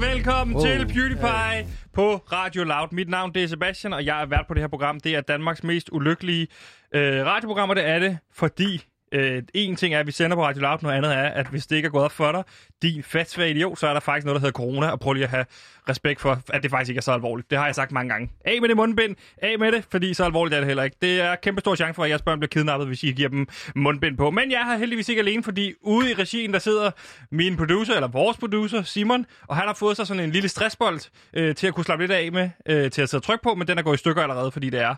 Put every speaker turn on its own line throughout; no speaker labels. Velkommen oh,
Oh,
til PewDiePie hey. på Radio Loud. Mit navn det er Sebastian, og jeg er vært på det her program. Det er Danmarks mest ulykkelige øh, radioprogram, og det er det, fordi øh, en ting er, at vi sender på Radio Loud, noget andet er, at hvis det ikke er gået op for dig, din fatsvage idiot, så er der faktisk noget, der hedder corona, og prøv lige at have respekt for, at det faktisk ikke er så alvorligt. Det har jeg sagt mange gange. Af med det mundbind, af med det, fordi så alvorligt er det heller ikke. Det er kæmpe stor chance for, at jeres børn bliver kidnappet, hvis I giver dem mundbind på. Men jeg er her heldigvis ikke alene, fordi ude i regien, der sidder min producer, eller vores producer, Simon, og han har fået sig sådan en lille stressbold øh, til at kunne slappe lidt af med, øh, til at sidde og trykke på, men den er gået i stykker allerede, fordi det er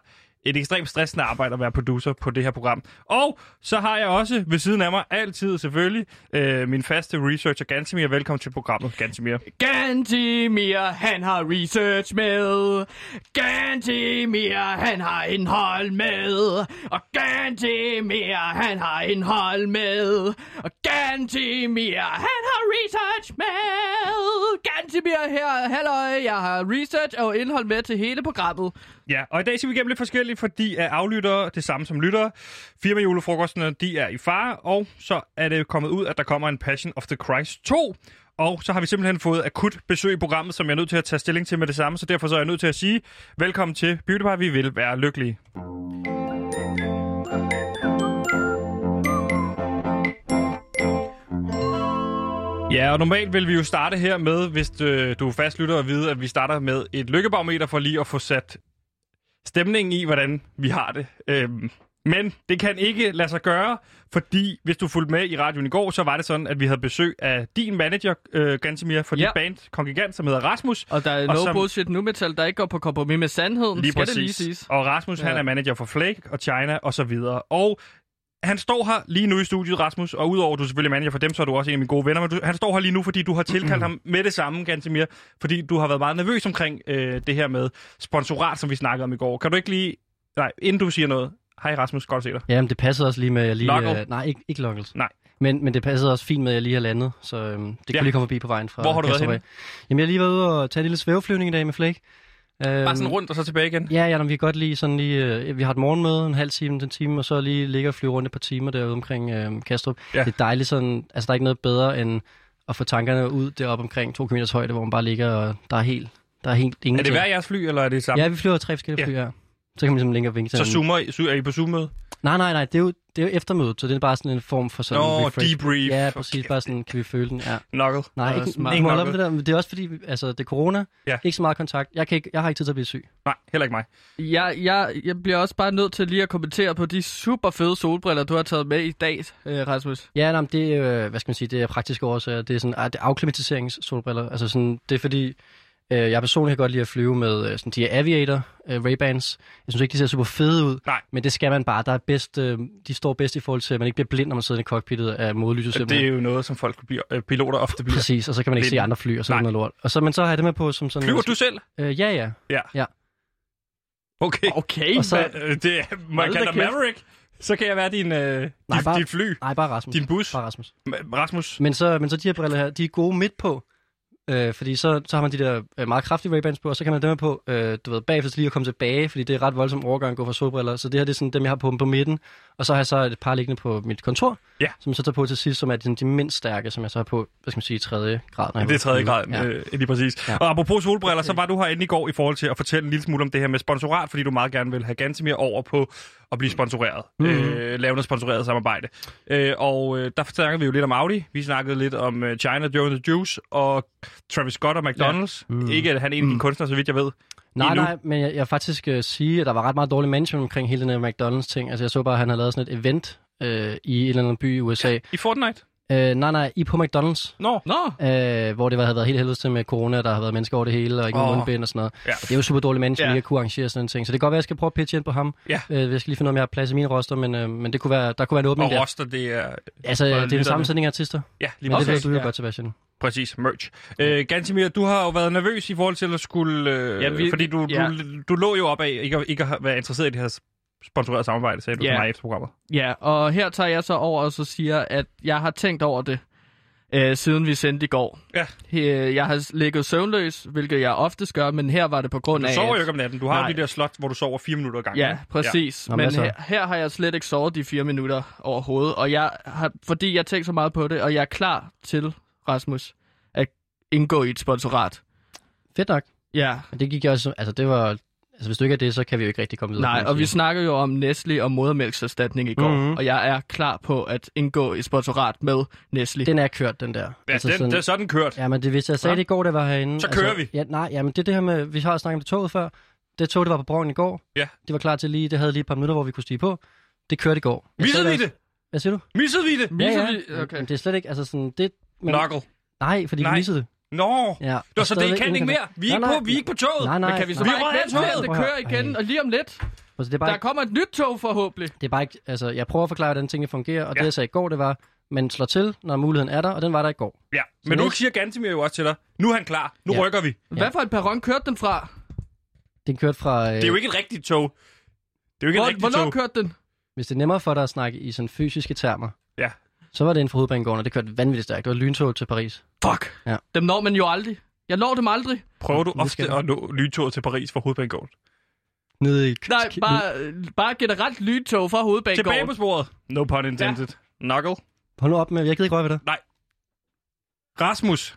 et ekstremt stressende arbejde at være producer på det her program. Og så har jeg også ved siden af mig, altid selvfølgelig, øh, min faste researcher Gansimir. Velkommen til programmet, Gansimir.
Gantimir, han har research med. Gantimir, han har indhold med. Og Gantimir, han har indhold med. Og Gantimir, han har research med. Gantimir her, halløj, jeg har research og indhold med til hele programmet.
Ja, og i dag skal vi igennem lidt forskelligt, fordi af aflyttere det samme som lyttere. Firmajulefrokostene, de er i fare, og så er det kommet ud, at der kommer en Passion of the Christ 2. Og så har vi simpelthen fået akut besøg i programmet, som jeg er nødt til at tage stilling til med det samme, så derfor så er jeg nødt til at sige, velkommen til Beauty Pie, vi vil være lykkelige. Ja, og normalt vil vi jo starte her med, hvis øh, du er fastlytter og vide, at vi starter med et lykkebarometer for lige at få sat stemningen i, hvordan vi har det. Øhm, men det kan ikke lade sig gøre, fordi hvis du fulgte med i radioen i går, så var det sådan, at vi havde besøg af din manager, øh, Gansimir, for ja.
Ja.
dit band, Kongigant, som hedder Rasmus.
Og der er
Og
no
som-
bullshit nu metal, der ikke går på kompromis med sandheden. skal det lige siges.
Og Rasmus, ja. han
Ja.
er manager for Flake og China og så videre. Og han står her lige nu i studiet, Rasmus, og udover at du er selvfølgelig er manager for dem, så er du også en af mine gode venner, men du, han står her lige nu, fordi du har tilkaldt ham med det samme, Gantemir, fordi du har været meget nervøs omkring øh, det her med sponsorat, som vi snakkede om i går. Kan du ikke lige... Nej, inden du siger noget. Hej Rasmus, godt at se dig.
Jamen, det passede også lige med, at jeg lige...
Knuckle?
Øh, nej, ikke, ikke Knuckles.
Nej.
Men, men det passede også fint med, at jeg lige har landet, så øhm, det
Ja.
kunne lige komme forbi på vejen fra
Hvor har du været
Kastrup af. Jamen, jeg har lige været ude og tage en lille svæveflyvning i dag med Flake. Øhm,
Bare sådan rundt og så tilbage igen.
Ja, ja, men vi kan godt lige sådan lige... Øh, vi har et morgenmøde, en halv time til en time, og så lige ligge og flyve rundt et par timer derude omkring øh, Kastrup.
Ja.
Det er dejligt sådan... Altså, der er ikke noget bedre end at få tankerne ud deroppe omkring to km højde, hvor man bare ligger, og der er helt, der er helt
Er det
ingenting.
hver jeres fly, eller er det samme?
Ja, vi flyver tre forskellige
Ja.
fly her. Så kan man ligesom linke og vinke til
så
hinanden.
zoomer I, su- er I på Zoom-møde?
Nej, nej, nej, det er jo, det er jo eftermødet, så det er bare sådan en form for sådan...
Nå,
refresh.
debrief.
Ja, præcis, bare sådan, kan vi føle den, ja.
Knuckle.
Nej,
det er
ikke,
smart.
ikke
Ikke
mål
nok,
om det der, men det er også fordi, altså, det er corona,
Ja.
ikke så meget kontakt. Jeg, kan ikke, jeg har ikke tid til at blive syg.
Nej, heller ikke mig.
Jeg, jeg, jeg bliver også bare nødt til lige at kommentere på de super fede solbriller, du har taget med i dag, øh, Rasmus.
Ja, nej, men det, er, øh, hvad skal man sige, det er praktiske årsager. Det er sådan, ah, det er afklimatiseringssolbriller. Altså sådan, det er fordi, øh, jeg personligt kan godt lide at flyve med øh, sådan, de her Aviator øh, Ray-Bans. Jeg synes ikke, de ser super fede ud.
Nej.
Men det skal man bare. Der er bedst, øh, de står bedst i forhold til, at man ikke bliver blind, når man sidder i cockpittet af modlyset.
Det er jo noget, som folk bliver, øh, piloter ofte bliver.
Præcis, og så kan man ikke
Blind.
se andre fly og sådan
Nej.
noget lort. Og så, men så har jeg det med på som sådan...
Flyver du selv?
Øh, ja, ja.
Okay.
Okay,
Og så-
Hvad? Øh, det er, man
Hold da
kan dig
kæft.
Maverick. Så kan jeg være din, øh,
Nej,
din,
bare-
dit fly.
Nej, bare Rasmus.
Din bus.
Bare Rasmus.
Ma- Rasmus.
Men så, men så de her briller her, de er gode midt på. Øh, fordi så, så har man de der øh, meget kraftige Ray-Bans på, og så kan man have dem her på, øh, du ved, bagefter til lige at komme tilbage, fordi det er ret voldsom overgang at gå fra solbriller. Så det her det er sådan dem, jeg har på på midten. Og så har jeg så et par liggende på mit kontor,
Ja.
som jeg så tager på til sidst, som er de, de mindst stærke, som jeg så har på, hvad skal man sige, i tredje grad. når jeg
Det er
er
tredje
ude.
grad,
Ja.
ja. øh, lige præcis. Ja.
Ja.
Og apropos solbriller, så var du herinde i går i forhold til at fortælle en lille smule om det her med sponsorat, fordi du meget gerne vil have Gantemir over på at blive sponsoreret.
Mhm.
Mm. Øh, lave noget sponsoreret samarbejde. Øh, og øh, der snakkede vi jo lidt om Audi, vi snakkede lidt om øh, China, Joe and the Juice og Travis Scott og McDonald's. Ja. Mm. Ikke at han er en af dine kunstnere, så vidt jeg ved.
Nej,
endnu.
nej, men jeg, jeg vil faktisk øh, sige, at der var ret meget dårlig management omkring hele den her McDonald's-ting. Altså jeg så bare, at han havde lavet sådan et event øh, i en eller anden by i USA.
I Fortnite?
Øh, nej, nej, I på McDonald's.
Nå.
Nå,
øh, hvor det var, havde været helt helvedes til med corona, der har været mennesker over det hele, og ikke oh.
Åh.
nogen mundbind og sådan noget.
Ja.
Ja. Det er jo super dårligt mennesker,
Ja.
ja. lige at kunne arrangere sådan en ting. Så det kan godt være, at jeg skal prøve at pitche ind på ham.
Ja.
Øh, jeg skal lige finde ud af, om jeg har plads i min roster, men, øh, men det kunne være, der kunne være en åbning
Og
der.
Roster, det er...
Altså, det er
lytterne.
den samme sætning af artister.
Ja, lige
Men det
præcis.
ved du jo
Ja.
godt, Sebastian.
Præcis, merch. Øh, Gantimir, du har jo været nervøs i forhold til at skulle... Øh, ja,
Ja,
vi,
vi-
fordi du, ja.
ja.
du, du lå jo op af ikke, at- ikke at have- være interesseret i det her sponsoreret samarbejde, sagde du ja.
Ja.
til mig efter programmet.
ja, og her tager jeg så over og så siger, at jeg har tænkt over det, øh, siden vi sendte i går.
Ja.
Øh, jeg har ligget søvnløs, hvilket jeg oftest gør, men her var det på grund
Du
af...
sover jo
at-
ikke om natten. Du har jo
Nej.
de der slot, hvor du sover fire minutter ad gangen.
Ja, præcis.
Nå,
Ja.
men altså-
Men
hvad så?
her, her har jeg slet ikke sovet de fire minutter overhovedet, og jeg har, fordi jeg tænker så meget på det, og jeg er klar til, Rasmus, at indgå i et sponsorat.
Fedt nok.
Ja,
Men det gik jeg også... Altså, det var... Altså, hvis du ikke er det, så kan vi jo ikke rigtig komme videre.
nej, og vi snakkede jo om Nestle og modermælkserstatning i går,
Mhm.
og jeg er klar på at indgå i sponsorat med Nestle.
Den er kørt, den der.
Ja, altså, den, sådan... det er sådan kørt. Ja.
Ja, men det, hvis jeg sagde
Hva?
det i går, der var herinde... Altså,
Så kører vi.
Ja, nej, ja, men det er det her med... Vi har snakket om det toget før. Det tog, det var på Brogen i går.
Ja.
Det var klar til lige... Det havde lige et par minutter, hvor vi kunne stige på. Det kørte i går. Jeg
Missede
sagde
vi
også-
det?
Hvad siger du?
Missede vi det?
Misser vi-
Men-
Okay.
Men det er slet ikke... Altså sådan... Det, men,
Knuckle.
Nej, fordi
Nej.
vi missede det.
Nå.
Ja.
Nå,
Og
så
stadigvæk
det kan ikke mere. Vi er
Nej,
ikke på,
nej.
vi er ikke på toget.
Nej, nej.
Men kan vi så
nej.
Vi
bare
rører
ikke vente
toget.
til, at det kører igen,
Ej.
og lige om lidt,
Altså, det er bare
der kommer et nyt tog forhåbentlig.
Det er bare ikke, altså, jeg prøver at forklare, hvordan tingene fungerer,
Ja.
og ja. det jeg sagde i går, det var, man slår til, når muligheden er der, og den var der i går.
Ja, men nu
næste-
siger Gantemir jo også til dig, nu er han klar, nu
Ja.
rykker vi.
Hvad for en perron kørte den fra?
Den kørte fra, øh,
Det er jo ikke et rigtigt tog. Det er jo ikke et
Hvor,
rigtigt
hvornår
tog.
kørte den?
hvis det er nemmere for dig at snakke i sådan fysiske termer,
Ja.
så var det inden for hovedbanegården, og det kørte vanvittigt stærkt. Det var lyntog til Paris.
Fuck.
Ja.
Dem når man jo aldrig. Jeg når dem aldrig.
Prøver du
Nu skal
ofte
jeg-
at nå lyntoget til Paris fra hovedbanegården?
Nede i...
Nej, bare, øh, bare generelt lyntog fra
Tilbage
hovedbanegården.
på sporet. No pun intended. Knuckle.
Hold nu op med, jeg gider ikke røre ved dig.
Rasmus.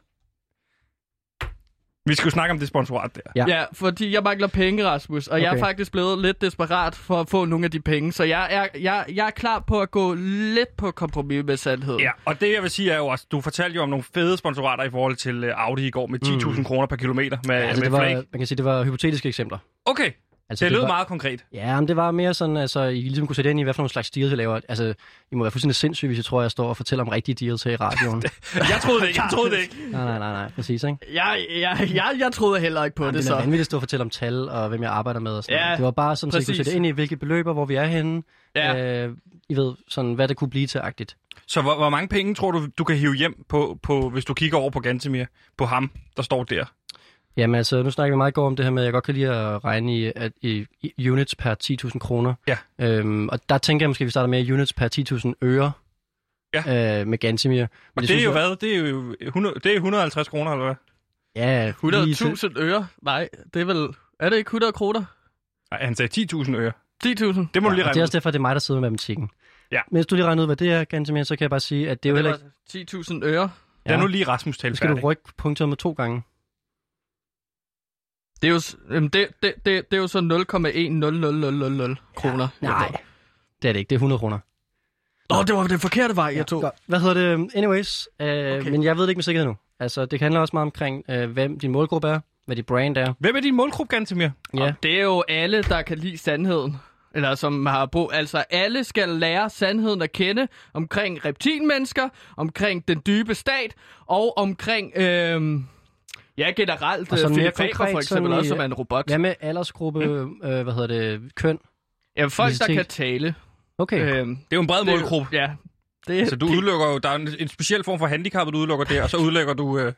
Vi skal jo snakke om det sponsorat der.
Ja.
Ja, fordi jeg mangler penge, Rasmus, og okay. jeg er
Okay.
faktisk blevet lidt desperat for at få nogle af de penge, så jeg er, jeg, jeg er klar på at gå lidt på kompromis med sandheden.
Ja, og det jeg vil sige er jo også, du fortalte jo om nogle fede sponsorater i forhold til øh, Audi i går med 10.000 kroner per kilometer med,
altså,
altså, med
det
var...
var,
flake.
man kan sige, det var hypotetiske eksempler.
Okay,
Altså,
det lød
var,
meget konkret.
Ja, men det var mere sådan, altså, I ligesom kunne sætte ind i, hvad for nogle slags deals, jeg laver. Altså, I må være fuldstændig sindssyge, hvis jeg tror, jeg står og fortæller om rigtige deals her i radioen.
Jeg troede det ikke, jeg troede det ikke.
nej, nej, nej, nej, præcis, ikke?
Jeg, jeg, jeg, jeg troede heller ikke på
Jamen,
det,
det
så.
er vanvittigt at stå og fortælle om tal, og hvem jeg arbejder med og sådan
Ja,
noget. Det var bare sådan, at
præcis.
så det ind i, hvilke beløber, hvor vi er henne.
Ja.
Øh, I ved, sådan, hvad det kunne blive til-agtigt.
Så hvor, hvor mange penge tror du, du kan hive hjem på, på hvis du kigger over på Gantemir, på ham, der står der?
Jamen altså, nu snakker vi meget i går om det her med, at jeg godt kan lide at regne i, at, i, i units per 10.000 kroner.
Ja.
Øhm, og der tænker jeg måske, at vi starter med units per 10.000 øre øh, med Gansimir. Men
Og det, det
synes
er jo
jeg-
hvad? Det er jo 100, det er 150 kroner, eller hvad?
Ja, lige til-
100.000 øre? Nej, det er vel... Er det ikke 100 kroner?
Nej, han sagde 10.000 øre.
10.000?
Det må ja, du lige
Ja, og det er
regne ud.
også derfor, at det er mig, der sidder med matematikken.
Ja.
Men hvis du lige regner ud, hvad det er, Gansimir, så kan jeg bare sige, at det er jo
Det
heller
var
ikke...
10.000 øre.
Ja. Lad nu lige Rasmus tale
Nu skal du
færdig.
rykke punktummet to gange.
Det er jo, s- øhm, det, det, det, det er jo så 0,10000 kroner.
Nej, det er det ikke. Det er 100 kroner.
Nå, det var den forkerte vej, jeg tog.
Godt. Hvad hedder det? Anyways, øh, okay. men jeg ved det ikke med sikkerhed nu. Altså, det handler også meget omkring, øh, hvem din målgruppe er, hvad dit brand er.
Hvem er din målgruppe, Gantemir?
Ja.
Og Det er jo alle, der kan lide sandheden. Eller som har brug. Altså, alle skal lære sandheden at kende omkring reptilmennesker, omkring den dybe stat, og omkring, øhm, ja, generelt
Og
øh,
sådan mere
Philip Faber, for
konkret,
eksempel,
sådan i-
også som er en robot.
Hvad med aldersgruppe,
Mm.
øh, hvad hedder det, køn?
Ja, folk, der
etnicitet.
kan tale.
Okay. Øh,
Øhm,
Det er jo en bred
det er jo-
målgruppe.
Ja. Det,
Så du udelukker jo, der er en, en speciel form for handicap, du udelukker der, og så udelukker du, øh,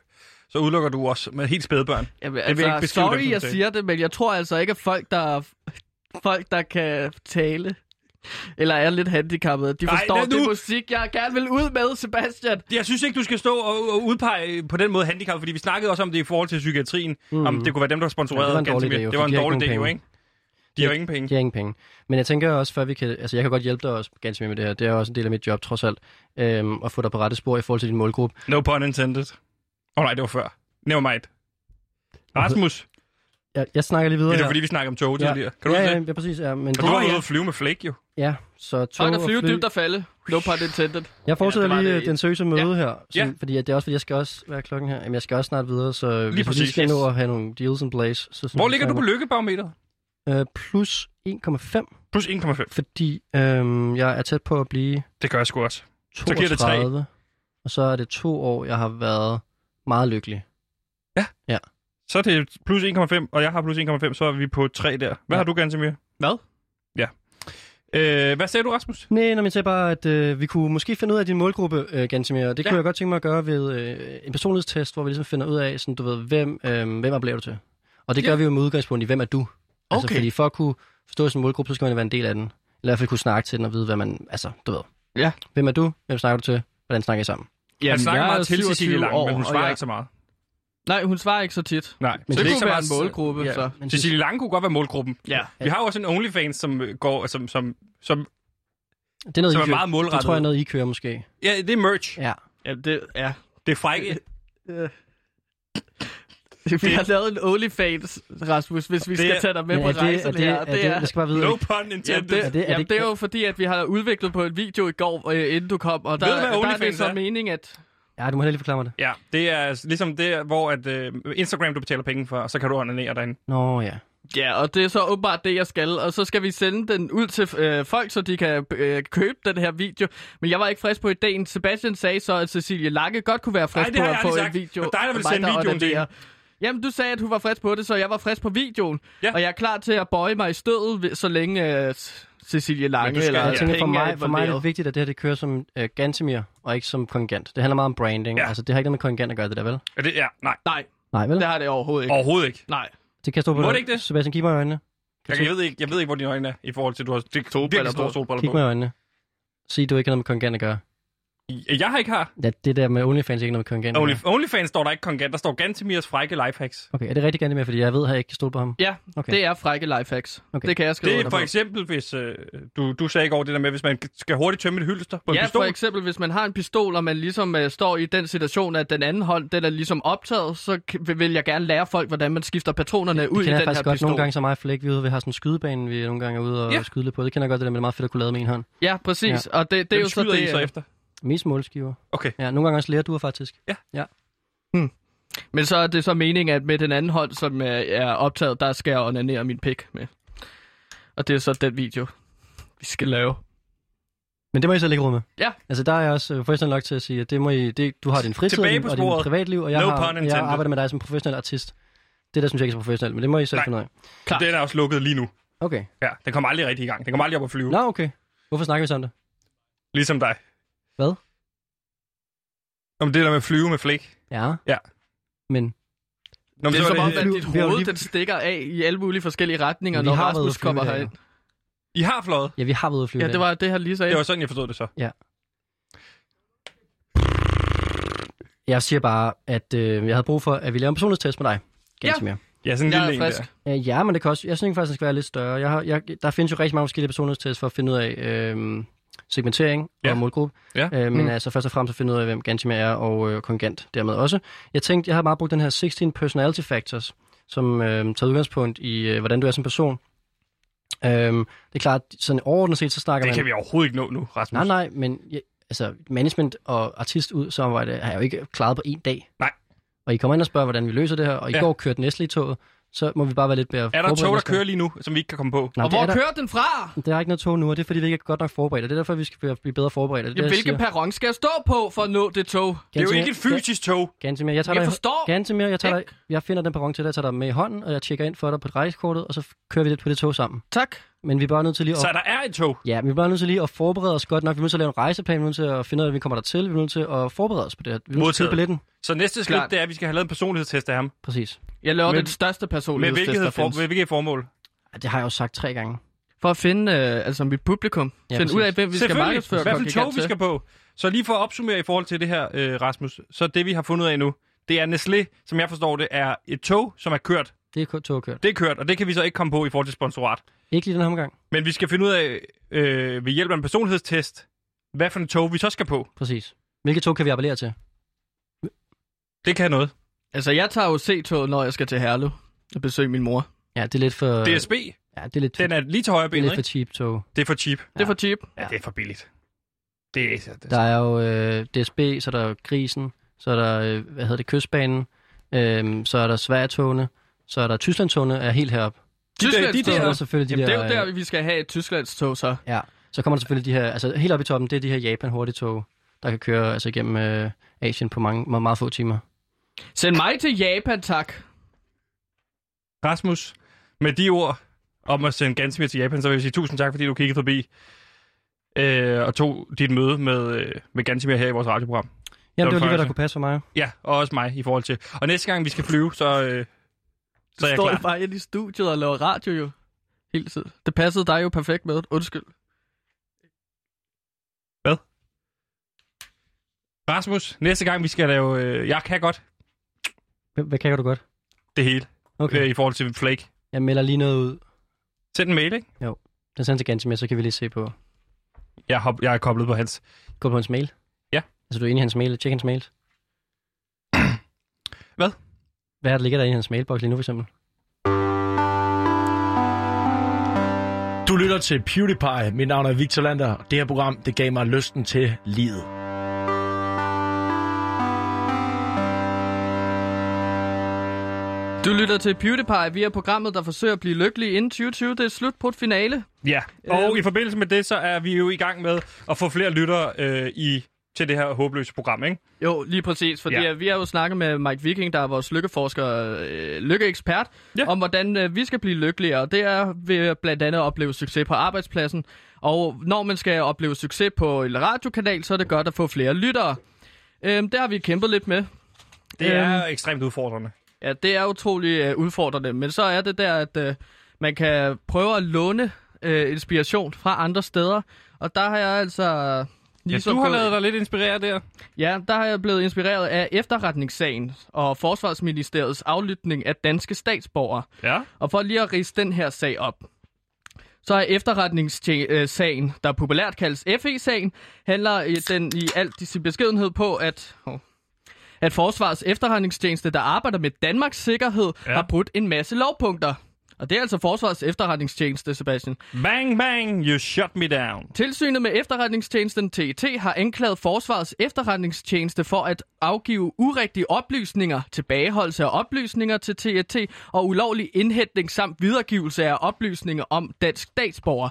så udelukker du også med helt spædbørn.
Jamen,
vil
altså,
ikke beskrive dem
sorry,
som
jeg
det.
siger det, men jeg tror altså ikke, at folk, der, folk, der kan tale, eller er lidt handicappede, de
Nej,
forstår
lad
det,
nu-
musik, jeg gerne vil ud med, Sebastian.
Jeg synes ikke, du skal stå og, og udpege på den måde handicap, fordi vi snakkede også om det i forhold til psykiatrien, mm. om det kunne være dem, der sponsorerede
Ja, det var en dårlig
Gantemir.
idé jo,
Det var
for
en
de har
dårlig
ikke
idé, jo,
nogen
ikke? De har jo ingen penge.
de har ingen penge. Men jeg tænker også, før vi kan... Altså, jeg kan godt hjælpe dig også ganske mere med det her. Det er jo også en del af mit job, trods alt. Øhm, at få dig på rette spor i forhold til din målgruppe.
No pun intended. Åh oh, nej, det var før. Never mind. Rasmus,
Jeg, jeg snakker lige videre.
det er
her.
fordi, vi snakker om tog
ja.
tidligere. Kan du
ja,
huske
ja,
det?
ja, ja, præcis. Ja, men
Og du var
det,
ude at flyve med Flake, jo.
ja, så tog
Folk, der
og
flyve
fly-
dybt og falde. No pun intended.
Jeg fortsætter
Ja,
ja,
det var
lige
det.
det. den seriøse møde ja. her, som,
Ja.
ja. fordi at det er også fordi, jeg skal også være klokken her. Jamen, jeg skal også snart videre, så lige hvis vi
præcis,
lige skal
yes.
nå at have nogle deals in place. Så synes
Hvor
jeg,
ligger
så-
du på lykkebarometeret?
Øh, plus 1,5,
Plus 1,5.
fordi øhm, jeg er tæt på at blive
Det gør jeg sgu også. Så giver det tre.
32. og så er det to år, jeg har været meget lykkelig.
Så er det plus 1,5, og jeg har plus 1,5, så er vi på 3 der. Hvad ja.
Ja.
har du, Gansimir?
Hvad?
Ja. Øh, hvad sagde du, Rasmus?
Nej, når man siger bare, at øh, vi kunne måske finde ud af din målgruppe, øh, Gansimir, og det
Ja.
ja. kunne jeg godt tænke mig at gøre ved øh, en personlighedstest, hvor vi ligesom finder ud af, sådan, du ved, hvem, øh, hvem oplever du til? Og det
Ja.
gør vi jo med udgangspunkt i, hvem er du? Altså,
Okay.
fordi for at kunne forstå sin målgruppe, så skal man jo være en del af den. Eller i hvert fald kunne snakke til den og vide, hvad man, altså, du ved.
Ja.
Hvem er du? Hvem snakker du til? Hvordan snakker I sammen?
Jamen, han snakker
jeg er
meget til Cecilie
27
Lange,
år,
men hun
og
svarer
jeg-
ikke så meget.
Nej, hun svarer ikke så tit.
Nej, men
det
Så det,
er
det
ikke
kunne
så
være
meget...
en målgruppe,
Ja.
så.
Men
Cecilie Lange kunne godt være målgruppen.
Ja.
Vi har jo også en OnlyFans, som øh, går, som, som, som,
Det er noget,
som
I
er
kører.
meget
Det
målrettet.
tror jeg er noget, I kører måske.
Ja, det er merch.
Ja.
Ja, det, ja.
Det er frække.
Vi har lavet en OnlyFans, Rasmus, hvis vi
Det
skal
er-
tage dig med
Men
på
er det,
rejsen
er det,
her.
er det, jeg skal bare vide,
No pun
Jamen,
intended.
det,
Ja,
er
Er
det,
det-
er
er
jamen,
det-
det er jo fordi, at vi har udviklet på en video i går, øh, inden du kom, og der,
Ved du, hvad
der er det
OnlyFans
så
er?
meningen, at...
ja, du må heller lige forklare mig det.
ja, det er altså ligesom det, hvor at, øh, Instagram, du betaler penge for, og så kan du onanere derinde.
Nå ja.
Ja, og det er så åbenbart det, jeg skal. Og så skal vi sende den ud til øh, folk, så de kan øh, købe den her video. Men jeg var ikke frisk på ideen. Sebastian sagde så, at Cecilie Lange godt kunne være frisk
det har
på at
jeg
få
aldrig
en
sagt.
video.
Det var dig, der ville
af mig,
sende videoen,
onanerer. Jamen, du sagde, at hun var frisk på det, så jeg var frisk på videoen.
Ja.
Og jeg er klar til at bøje mig i stødet, ved- så længe øh, Cecilie Lange
Men du skal-
eller
Jeg tænker, for
penge er
mig, for mig er
involveret.
det vigtigt, at det her det kører som øh, Gantemir, og ikke som Kongant. Det handler meget om branding.
Ja.
Ja. Altså, det har ikke noget med Kongant at gøre, det der, vel?
Er det, ja, nej,
Nej,
Nej, vel?
det har det overhovedet ikke.
overhovedet ikke.
Nej.
Det kan jeg stå på
Må
dig.
det ikke det?
Sebastian, kig mig i øjnene.
Jeg, jeg, ved ikke, jeg ved ikke, hvor dine øjne er, i forhold til, at du har det, virkelig store
på.
solbriller
Kig
på.
mig i øjnene. Sig, du ikke har noget med Kongant at gøre.
Jeg har ikke har.
Ja, det der med OnlyFans er ikke noget med Kongant at
Only,
gøre.
OnlyFans står der ikke kongant, der står Gantemirs frække lifehacks.
Okay, er det rigtig Gantemir? Fordi jeg ved, at jeg ikke kan stole på ham.
Ja, okay.
Okay.
det er frække lifehacks. Okay.
Okay.
Det kan jeg skrive
Det er
under
for
på.
eksempel, hvis øh, du, du sagde i går det der med, hvis man skal hurtigt tømme et hylster på en
ja,
pistol.
for eksempel, hvis man har en pistol, og man ligesom øh, står i den situation, at den anden hånd, den er ligesom optaget, så k- vil- vil jeg gerne lære folk, hvordan man skifter patronerne ud
det
i
kender
den
jeg
her
faktisk godt.
pistol.
Nogle gange så meget flæk. Vi, er ude, vi har sådan en skydebane, vi nogle gange er ude og
Ja.
ja. skyde lidt på. Det kender jeg godt, det der med det er meget fedt at kunne lade med en hånd.
Ja, præcis. Ja. Og det, det er jo så
skyder I
det.
så
øh,
efter.
Mest målskiver.
Okay.
Ja, nogle gange også lærduer faktisk.
Men så er det så meningen, at med den anden hånd, som øh, er optaget, der skal jeg onanere min pik med. Og det er så den video, vi skal lave.
Men det må I så lægge rum med.
Ja.
Altså der er jeg også øh, professionel nok til at sige, at det må I, det, du har din fritid
Tilbage på
og
sporet.
din privatliv, og jeg,
No pun
har, jeg
intended.
arbejder med dig som professionel artist. Det der synes jeg ikke er så professionelt, men det må I selv
Nej.
finde ud af.
Klart.
Den er også lukket lige nu.
Okay.
Ja, den kommer aldrig rigtig i gang. Den kommer aldrig op at flyve.
Nå, okay. Hvorfor snakker vi så om det?
Ligesom dig.
Hvad?
Om det der med at flyve med flæk.
Ja.
Ja.
Men
Nå, men
Det er
så
som
var
om,
det,
at dit
Vi har jo
hoved,
lige-
den stikker af i alle mulige forskellige retninger,
Vi
når
har været
Rasmus
ude at flyve
kommer
i dag,
herind.
I har fløjet.
ja, vi har været ude at flyve.
Ja,
i
det
dag.
var det, han lige sagde.
Det var sådan, jeg forstod det så.
Jeg siger bare, at øh, jeg havde brug for, at vi laver en personlighedstest med dig. Ganske mere.
Ja, sådan en
Jeg
lille
er
en
frisk.
der.
Øh, ja, men det kan også, jeg synes faktisk, den skal være lidt større. Jeg har, jeg, der findes jo rigtig mange forskellige personlighedstests for at finde ud af øh, segmentering
Ja.
og målgruppe.
Ja.
Øh, men
Mm.
altså først og fremmest at finde ud af, hvem Gantimir er og øh, Kongant dermed også. Jeg tænkte, jeg har meget brugt den her 16 personality factors, som øh, tager udgangspunkt i, øh, hvordan du er som person. Øh, det er klart, sådan overordnet set, så snakker
Det
man...
kan vi overhovedet ikke nå nu, Rasmus.
Nej, nej, men jeg, altså, management og artist ud samarbejde har jeg jo ikke klaret på en dag.
Nej.
Og I kommer ind og spørger, hvordan vi løser det her, og i
Ja.
ja. går kørte Nestle i toget, så må vi bare være lidt bedre
Er der et
forberedt
tog, der
næste gang.
kører lige nu, som vi ikke kan komme på?
Nej,
Og
det
hvor
er der,
kører den fra?
der er ikke noget tog nu, og det er fordi, vi ikke er godt nok forberedt. og Det er derfor, vi skal være- blive bedre forberedt. og Det, er
Ja,
det, jeg
hvilken
siger.
perron skal jeg stå på for at nå det tog?
Det er jo
Gantemir,
ikke et fysisk tog.
Ga- Gantemir, jeg, tager
Jeg
dig,
forstår.
Gantemir, jeg, tager dig, jeg finder den perron til dig, jeg tager dig med i hånden, og jeg tjekker ind for dig på rejsekortet, og så f- kører vi lidt på det tog sammen.
Tak.
Men vi er bare nødt til lige at...
Så der er et tog.
Ja, vi er bare nødt til lige at forberede os godt nok. Vi er nødt til at lave en rejseplan, vi er nødt til at finde ud af, at vi kommer dertil. Vi er nødt til at forberede os på det her. Vi er nødt til
Modtaget.
at købe billetten.
Så næste skridt,
Klart.
det er, at vi skal have lavet en personlighedstest af ham.
Præcis.
Jeg laver
Men-
den største
Med
personlighedstest,
hvilket,
der
for,
findes.
med hvilket formål?
Ej, Det har jeg jo sagt tre gange.
For at finde øh, altså mit publikum.
Ja,
Ja, Finde
præcis.
ud af, hvem vi skal
Selvfølgelig.
markedsføre.
Hvad for
Kongregant
et tog, vi
til.
skal på? Så lige for at opsummere i forhold til det her, øh, Rasmus, så det vi har fundet ud af nu, det er Nestlé, som jeg forstår det, er et tog, som er kørt.
Det er kun tog kørt.
Det er kørt, og det kan vi så ikke komme på i forhold til sponsorat.
Ikke lige den her omgang.
Men vi skal finde ud af, øh, ved hjælp af en personlighedstest, hvad for en tog vi så skal på.
Præcis. Hvilke tog kan vi appellere til?
Det kan noget.
Altså, jeg tager jo C-toget, når jeg skal til Herlev og besøge min mor.
Ja, det er lidt for...
DSB,
Ja, det er lidt,
den er lige til højre
det er
benet,
lidt for
ikke?
cheap tog.
Det er for cheap.
Det er for cheap.
Ja, det er for billigt. Det er, det
Der
er,
er jo øh, DSB, så er der jo Grisen, så er der, øh, hvad hedder det, Kystbanen, øh, så er der Sverige-togene, så er der Tysklandtogene er helt heroppe.
de
Så
der-
er
Tysklandstogene.
der selvfølgelig de
Jamen, det er
der...
jo der, vi skal have et Tysklandstog, så.
øh, ja, så kommer der selvfølgelig de her, altså helt oppe i toppen, det er de her Japan-hurtigtog, der kan køre altså igennem øh, Asien på mange, meget, meget få timer.
Send mig til Japan, tak.
Rasmus, med de ord om at sende Gansmir til Japan, så vil jeg sige tusind tak, fordi du kiggede forbi øh, og tog dit møde med, øh, med Gansmir her i vores radioprogram.
Jamen,
Det
det
var
var lige, hvad
faktisk-
der kunne passe for mig.
Ja, og også mig i forhold til. Og næste gang vi skal flyve, så, øh, så er jeg
Står jeg
klar.
bare inde i studiet og laver radio jo. Hele tiden. Det passede dig jo perfekt med. Undskyld.
Rasmus, næste gang vi skal lave... Øh, jeg kan godt
Hvad, hvad kan du godt?
det hele okay.
Okay,
øh, i forhold til Flake.
jeg melder lige noget ud.
Send en mail, ikke?
Den sender til Gantemir, så kan vi lige se på.
Jeg, hop, jeg er koblet på hans.
Gå på hans mail?
Ja.
Altså, du er inde i hans mail? Tjek hans mail. Hvad er der ligger der i hans mailbox lige nu, for eksempel?
Du lytter til PewDiePie. Mit navn er Victor Lander. Det her program, det gav mig lysten til livet.
Du lytter til PewDiePie. Vi er programmet, der forsøger at blive lykkelig inden 2020. Det er slut på et finale.
Ja, og
Øhm.
i forbindelse med det, så er vi jo i gang med at få flere lyttere øh, i, til det her håbløse program, ikke?
Jo, lige præcis, fordi
Ja.
ja. vi har jo snakket med Mike Viking, der er vores lykkeforsker, øh, lykkeekspert,
Ja.
ja. om hvordan øh, vi skal blive lykkeligere, og det er ved blandt andet at opleve succes på arbejdspladsen. Og når man skal opleve succes på en radiokanal, så er det godt at få flere lyttere. Øhm, det har vi kæmpet lidt med.
Det er ekstremt udfordrende.
Ja, det er utrolig øh, udfordrende, men så er det der, at øh, man kan prøve at låne øh, inspiration fra andre steder, og der har jeg altså...
Ja,
ligesom
du har
gået-
lavet dig lidt inspireret der.
Ja, der har jeg blevet inspireret af efterretningssagen og Forsvarsministeriets aflytning af danske statsborgere.
Ja.
Og for lige at rise den her sag op, så er efterretningssagen, øh, der populært kaldes FE-sagen, handler i den i al i sin beskedenhed på, at, hov, at Forsvarets efterretningstjeneste, der arbejder med Danmarks sikkerhed,
Ja.
ja. har brudt en masse lovpunkter. Og det er altså Forsvarets efterretningstjeneste, Sebastian.
Bang, bang, you shut me down.
Tilsynet med efterretningstjenesten TET har anklaget Forsvarets efterretningstjeneste for at afgive urigtige oplysninger, tilbageholdelse af oplysninger til TET og ulovlig indhentning samt videregivelse af oplysninger om dansk statsborger.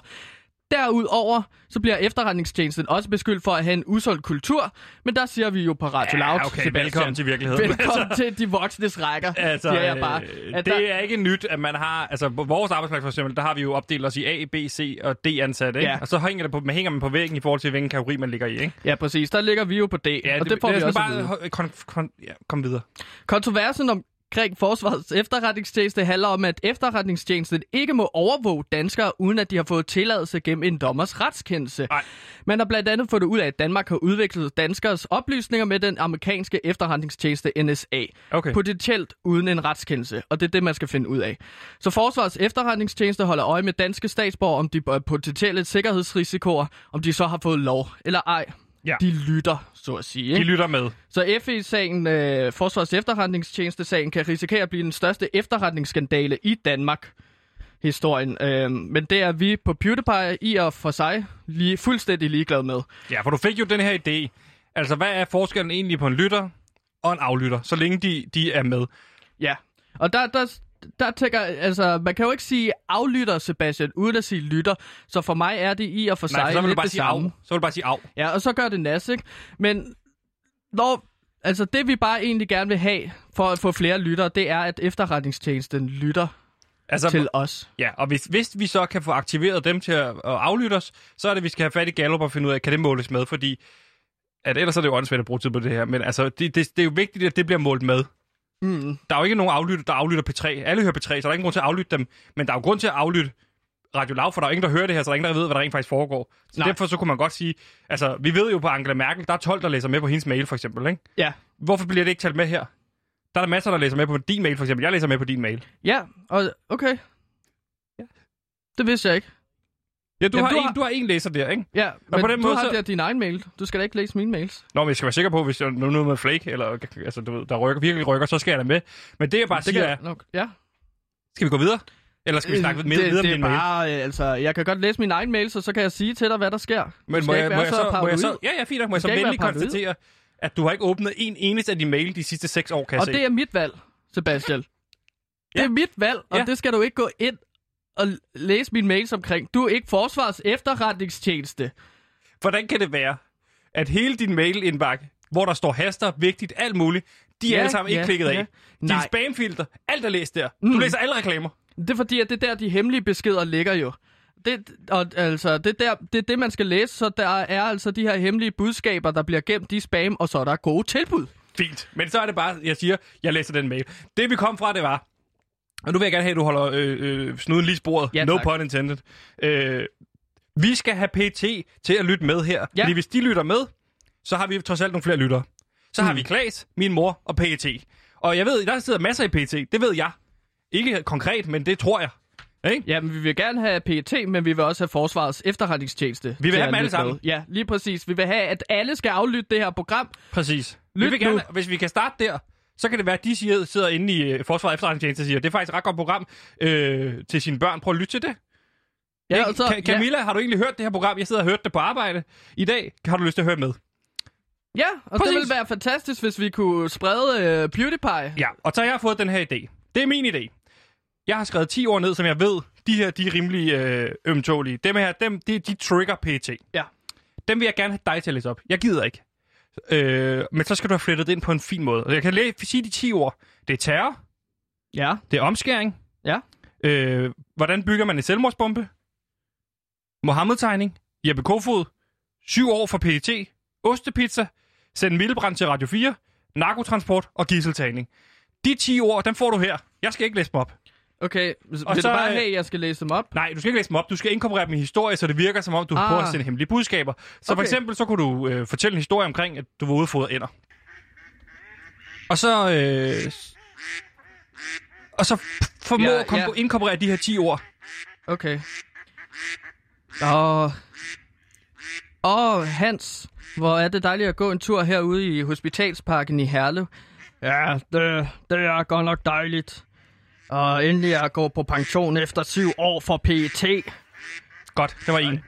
Derudover så bliver efterretningstjenesten også beskyldt for at have en usund kultur, men der siger vi jo på Radio Loud,
Ja, okay,
Sebastian.
velkommen til virkeligheden.
Velkommen til de voksnes rækker,
Altså,
siger jeg bare.
øh,
At
det
der-
er ikke nyt, at man har... Altså, på vores arbejdsplads for eksempel, der har vi jo opdelt os i A, B, C og D-ansatte, ikke?
Ja.
Og så hænger, det på, man hænger man på væggen i forhold til, hvilken kategori man ligger i, ikke?
Ja, præcis. Der ligger vi jo på D, og det, får
sådan
vi også at
bare,
vide.
ho- kon, kon, ja, kom videre.
Kontroversen omkring Forsvarets efterretningstjeneste handler om, at efterretningstjenesten ikke må overvåge danskere, uden at de har fået tilladelse gennem en dommers retskendelse.
Ej.
Man har blandt andet fået det ud af, at Danmark har udviklet danskers oplysninger med den amerikanske efterretningstjeneste NSA.
Okay.
Potentielt uden en retskendelse, og det er det, man skal finde ud af. Så Forsvarets efterretningstjeneste holder øje med danske statsborgere, om de er potentielle sikkerhedsrisikoer, om de så har fået lov eller ej.
Ja.
De lytter, så at sige.
De
ikke?
lytter med.
Så FE-sagen, øh, Forsvarets Efterretningstjeneste-sagen, kan risikere at blive den største efterretningsskandale i Danmark. Historien. Øh, men det er vi på PewDiePie i og for sig lige, fuldstændig ligeglade med.
Ja, for du fik jo den her idé. Altså, hvad er forskellen egentlig på en lytter og en aflytter, så længe de, de er med?
Ja. Og der, der, der tænker jeg, altså, man kan jo ikke sige aflytter, Sebastian, uden at sige lytter. Så for mig er det i og for sig
Nej, for så vil du
lidt
bare
det
sige
samme.
af. Så vil du bare sige af.
Ja, og så gør det nas, ikke? Men når, altså det vi bare egentlig gerne vil have for at få flere lyttere, det er, at efterretningstjenesten lytter
Altså,
til os.
Ja, og hvis, hvis vi så kan få aktiveret dem til at, at aflytte os, så er det, at vi skal have fat i Gallup og finde ud af, kan det måles med, fordi at ellers er det jo åndssvagt at bruge tid på det her, men altså, det, det, det er jo vigtigt, at det bliver målt med.
Mm.
Der er jo ikke nogen aflytter, der aflytter P3. Alle hører P3, så der er ingen grund til at aflytte dem, men der er jo grund til at aflytte Radio Lav, for der er jo ingen, der hører det her, så der er ingen, der ved, hvad der rent faktisk foregår. Så
Nej.
derfor så kunne man godt sige, altså, vi ved jo på Angela Merkel, der er 12, der læser med på hendes mail, for eksempel, ikke?
Ja.
Hvorfor bliver det ikke talt med her? Der er der masser, der læser med på din mail, for eksempel. Jeg læser med på din mail.
Ja, og okay. Det vidste jeg ikke.
Ja, du,
Jamen,
har,
du
en,
har-
du har en læser der, ikke?
Ja, men
på den
du
måde
har
så-
der din egen mail. Du skal da ikke læse mine mails.
Nå, men jeg skal være sikker på, hvis der er noget med flake, eller altså, du ved, der rykker, virkelig rykker, så skal jeg da med. Men det jeg bare det
Det
siger er,
kan nok. Ja.
skal vi gå videre? Eller skal vi snakke mere
det,
videre
det
om din
er bare, mail? altså, jeg kan godt læse min egen mail, så så kan jeg sige til dig, hvad der sker. Du
mail? Men må
skal
jeg,
ikke
må,
være
jeg så, må jeg så,
paranoid.
ja, ja, fint, nok. må jeg så
skal ikke
venligt
være paranoid.
konstatere, at du har ikke åbnet en eneste af dine mail de sidste seks år, kan jeg
Og
se.
det er mit valg, Sebastian. Det er mit valg, og
Ja.
det skal du ikke gå ind og l- læse mine mails omkring. Du er ikke forsvars efterretningstjeneste.
Hvordan kan det være, at hele din mail-indbakke, hvor der står haster, vigtigt, alt muligt, de er
Ja,
alle sammen ikke
ja,
klikket
ja.
af. Din
Nej.
spamfilter, alt er læst der. Du
Mm.
læser alle reklamer.
Det er fordi, at det er der, de hemmelige beskeder ligger jo. Det, og, altså, det, er der, det er det, man skal læse, så der er altså de her hemmelige budskaber, der bliver gemt i spam, og så er der gode tilbud.
Fint. Men så er det bare, jeg siger, jeg læser den mail. Det vi kom fra, det var, og nu vil jeg gerne have, at du holder øh, øh, snuden lige i sporet.
Ja,
no
tak.
pun intended. Øh, vi skal have PT til at lytte med her. Ja.
Ja.
Fordi hvis de lytter med, så har vi trods alt nogle flere lyttere. Så
Hmm.
har vi Klaas, min mor og PT. Og jeg ved, der sidder masser i PT. Det ved jeg. Ikke konkret, men det tror jeg. Ikke?
Jamen, vi vil gerne have PET, men vi vil også have Forsvarets efterretningstjeneste.
vil
til
have
at
dem alle
lytte
sammen.
med. Ja, lige præcis. Vi vil have, at alle skal aflytte det her program.
Præcis. vi
Lyt
vil
nu.
gerne, hvis vi kan starte der, så kan det være, at de siger, sidder inde i øh, Forsvaret og Efterretningstjeneste og siger, det er faktisk et ret godt program øh, til sine børn. Prøv at lytte til det.
Ja,
Ikke?
og så-
Ka- Camilla, har du egentlig hørt det her program? Jeg sidder og hørte det på arbejde i dag. Har du lyst til at høre med?
Ja, og
Præcis.
det ville være fantastisk, hvis vi kunne sprede uh, PewDiePie.
Ja, og så har jeg fået den her idé. Det er min idé. Jeg har skrevet 10 ord ned, som jeg ved, de her, de er rimelig øh, ømtålige. Dem her, dem, de, de trigger PT.
Ja.
Dem vil jeg gerne have dig til at læse op. Jeg gider ikke. Øh, men så skal du have flettet det ind på en fin måde. Og Jeg kan læ- sige de 10 ord. Det er terror,
Ja.
det er omskæring.
Ja.
Øh, hvordan bygger man en selvmordsbombe? Mohammed-tegning. Jeppe Kofod. 7 år for PET. Ostepizza. Send mildebrand til Radio 4. Narkotransport og gisseltagning. De 10 ord, dem får du her. Jeg skal ikke læse dem op.
Okay, vil
Og
og så,
så,
du bare
øh,
have, at jeg skal læse dem op?
Nej, du skal ikke læse dem op. Du skal inkorporere dem i historie, så det virker som om, du ah.
Ah.
prøver at sende hemmelige budskaber. Så okay. for
Okay.
eksempel, så kunne du øh, fortælle en historie omkring, at du var ude og fodre ender. Og så... Øh, s- og så f- formå
Ja,
at kom-
ja.
inkorporere de her 10 ord.
Okay. Åh, Åh, Hans, hvor er det dejligt at gå en tur herude i Hospitalsparken i Herlev. Ja, det, det er godt nok dejligt. Og endelig at gå på pension efter syv år for E PET.
Godt, det var en.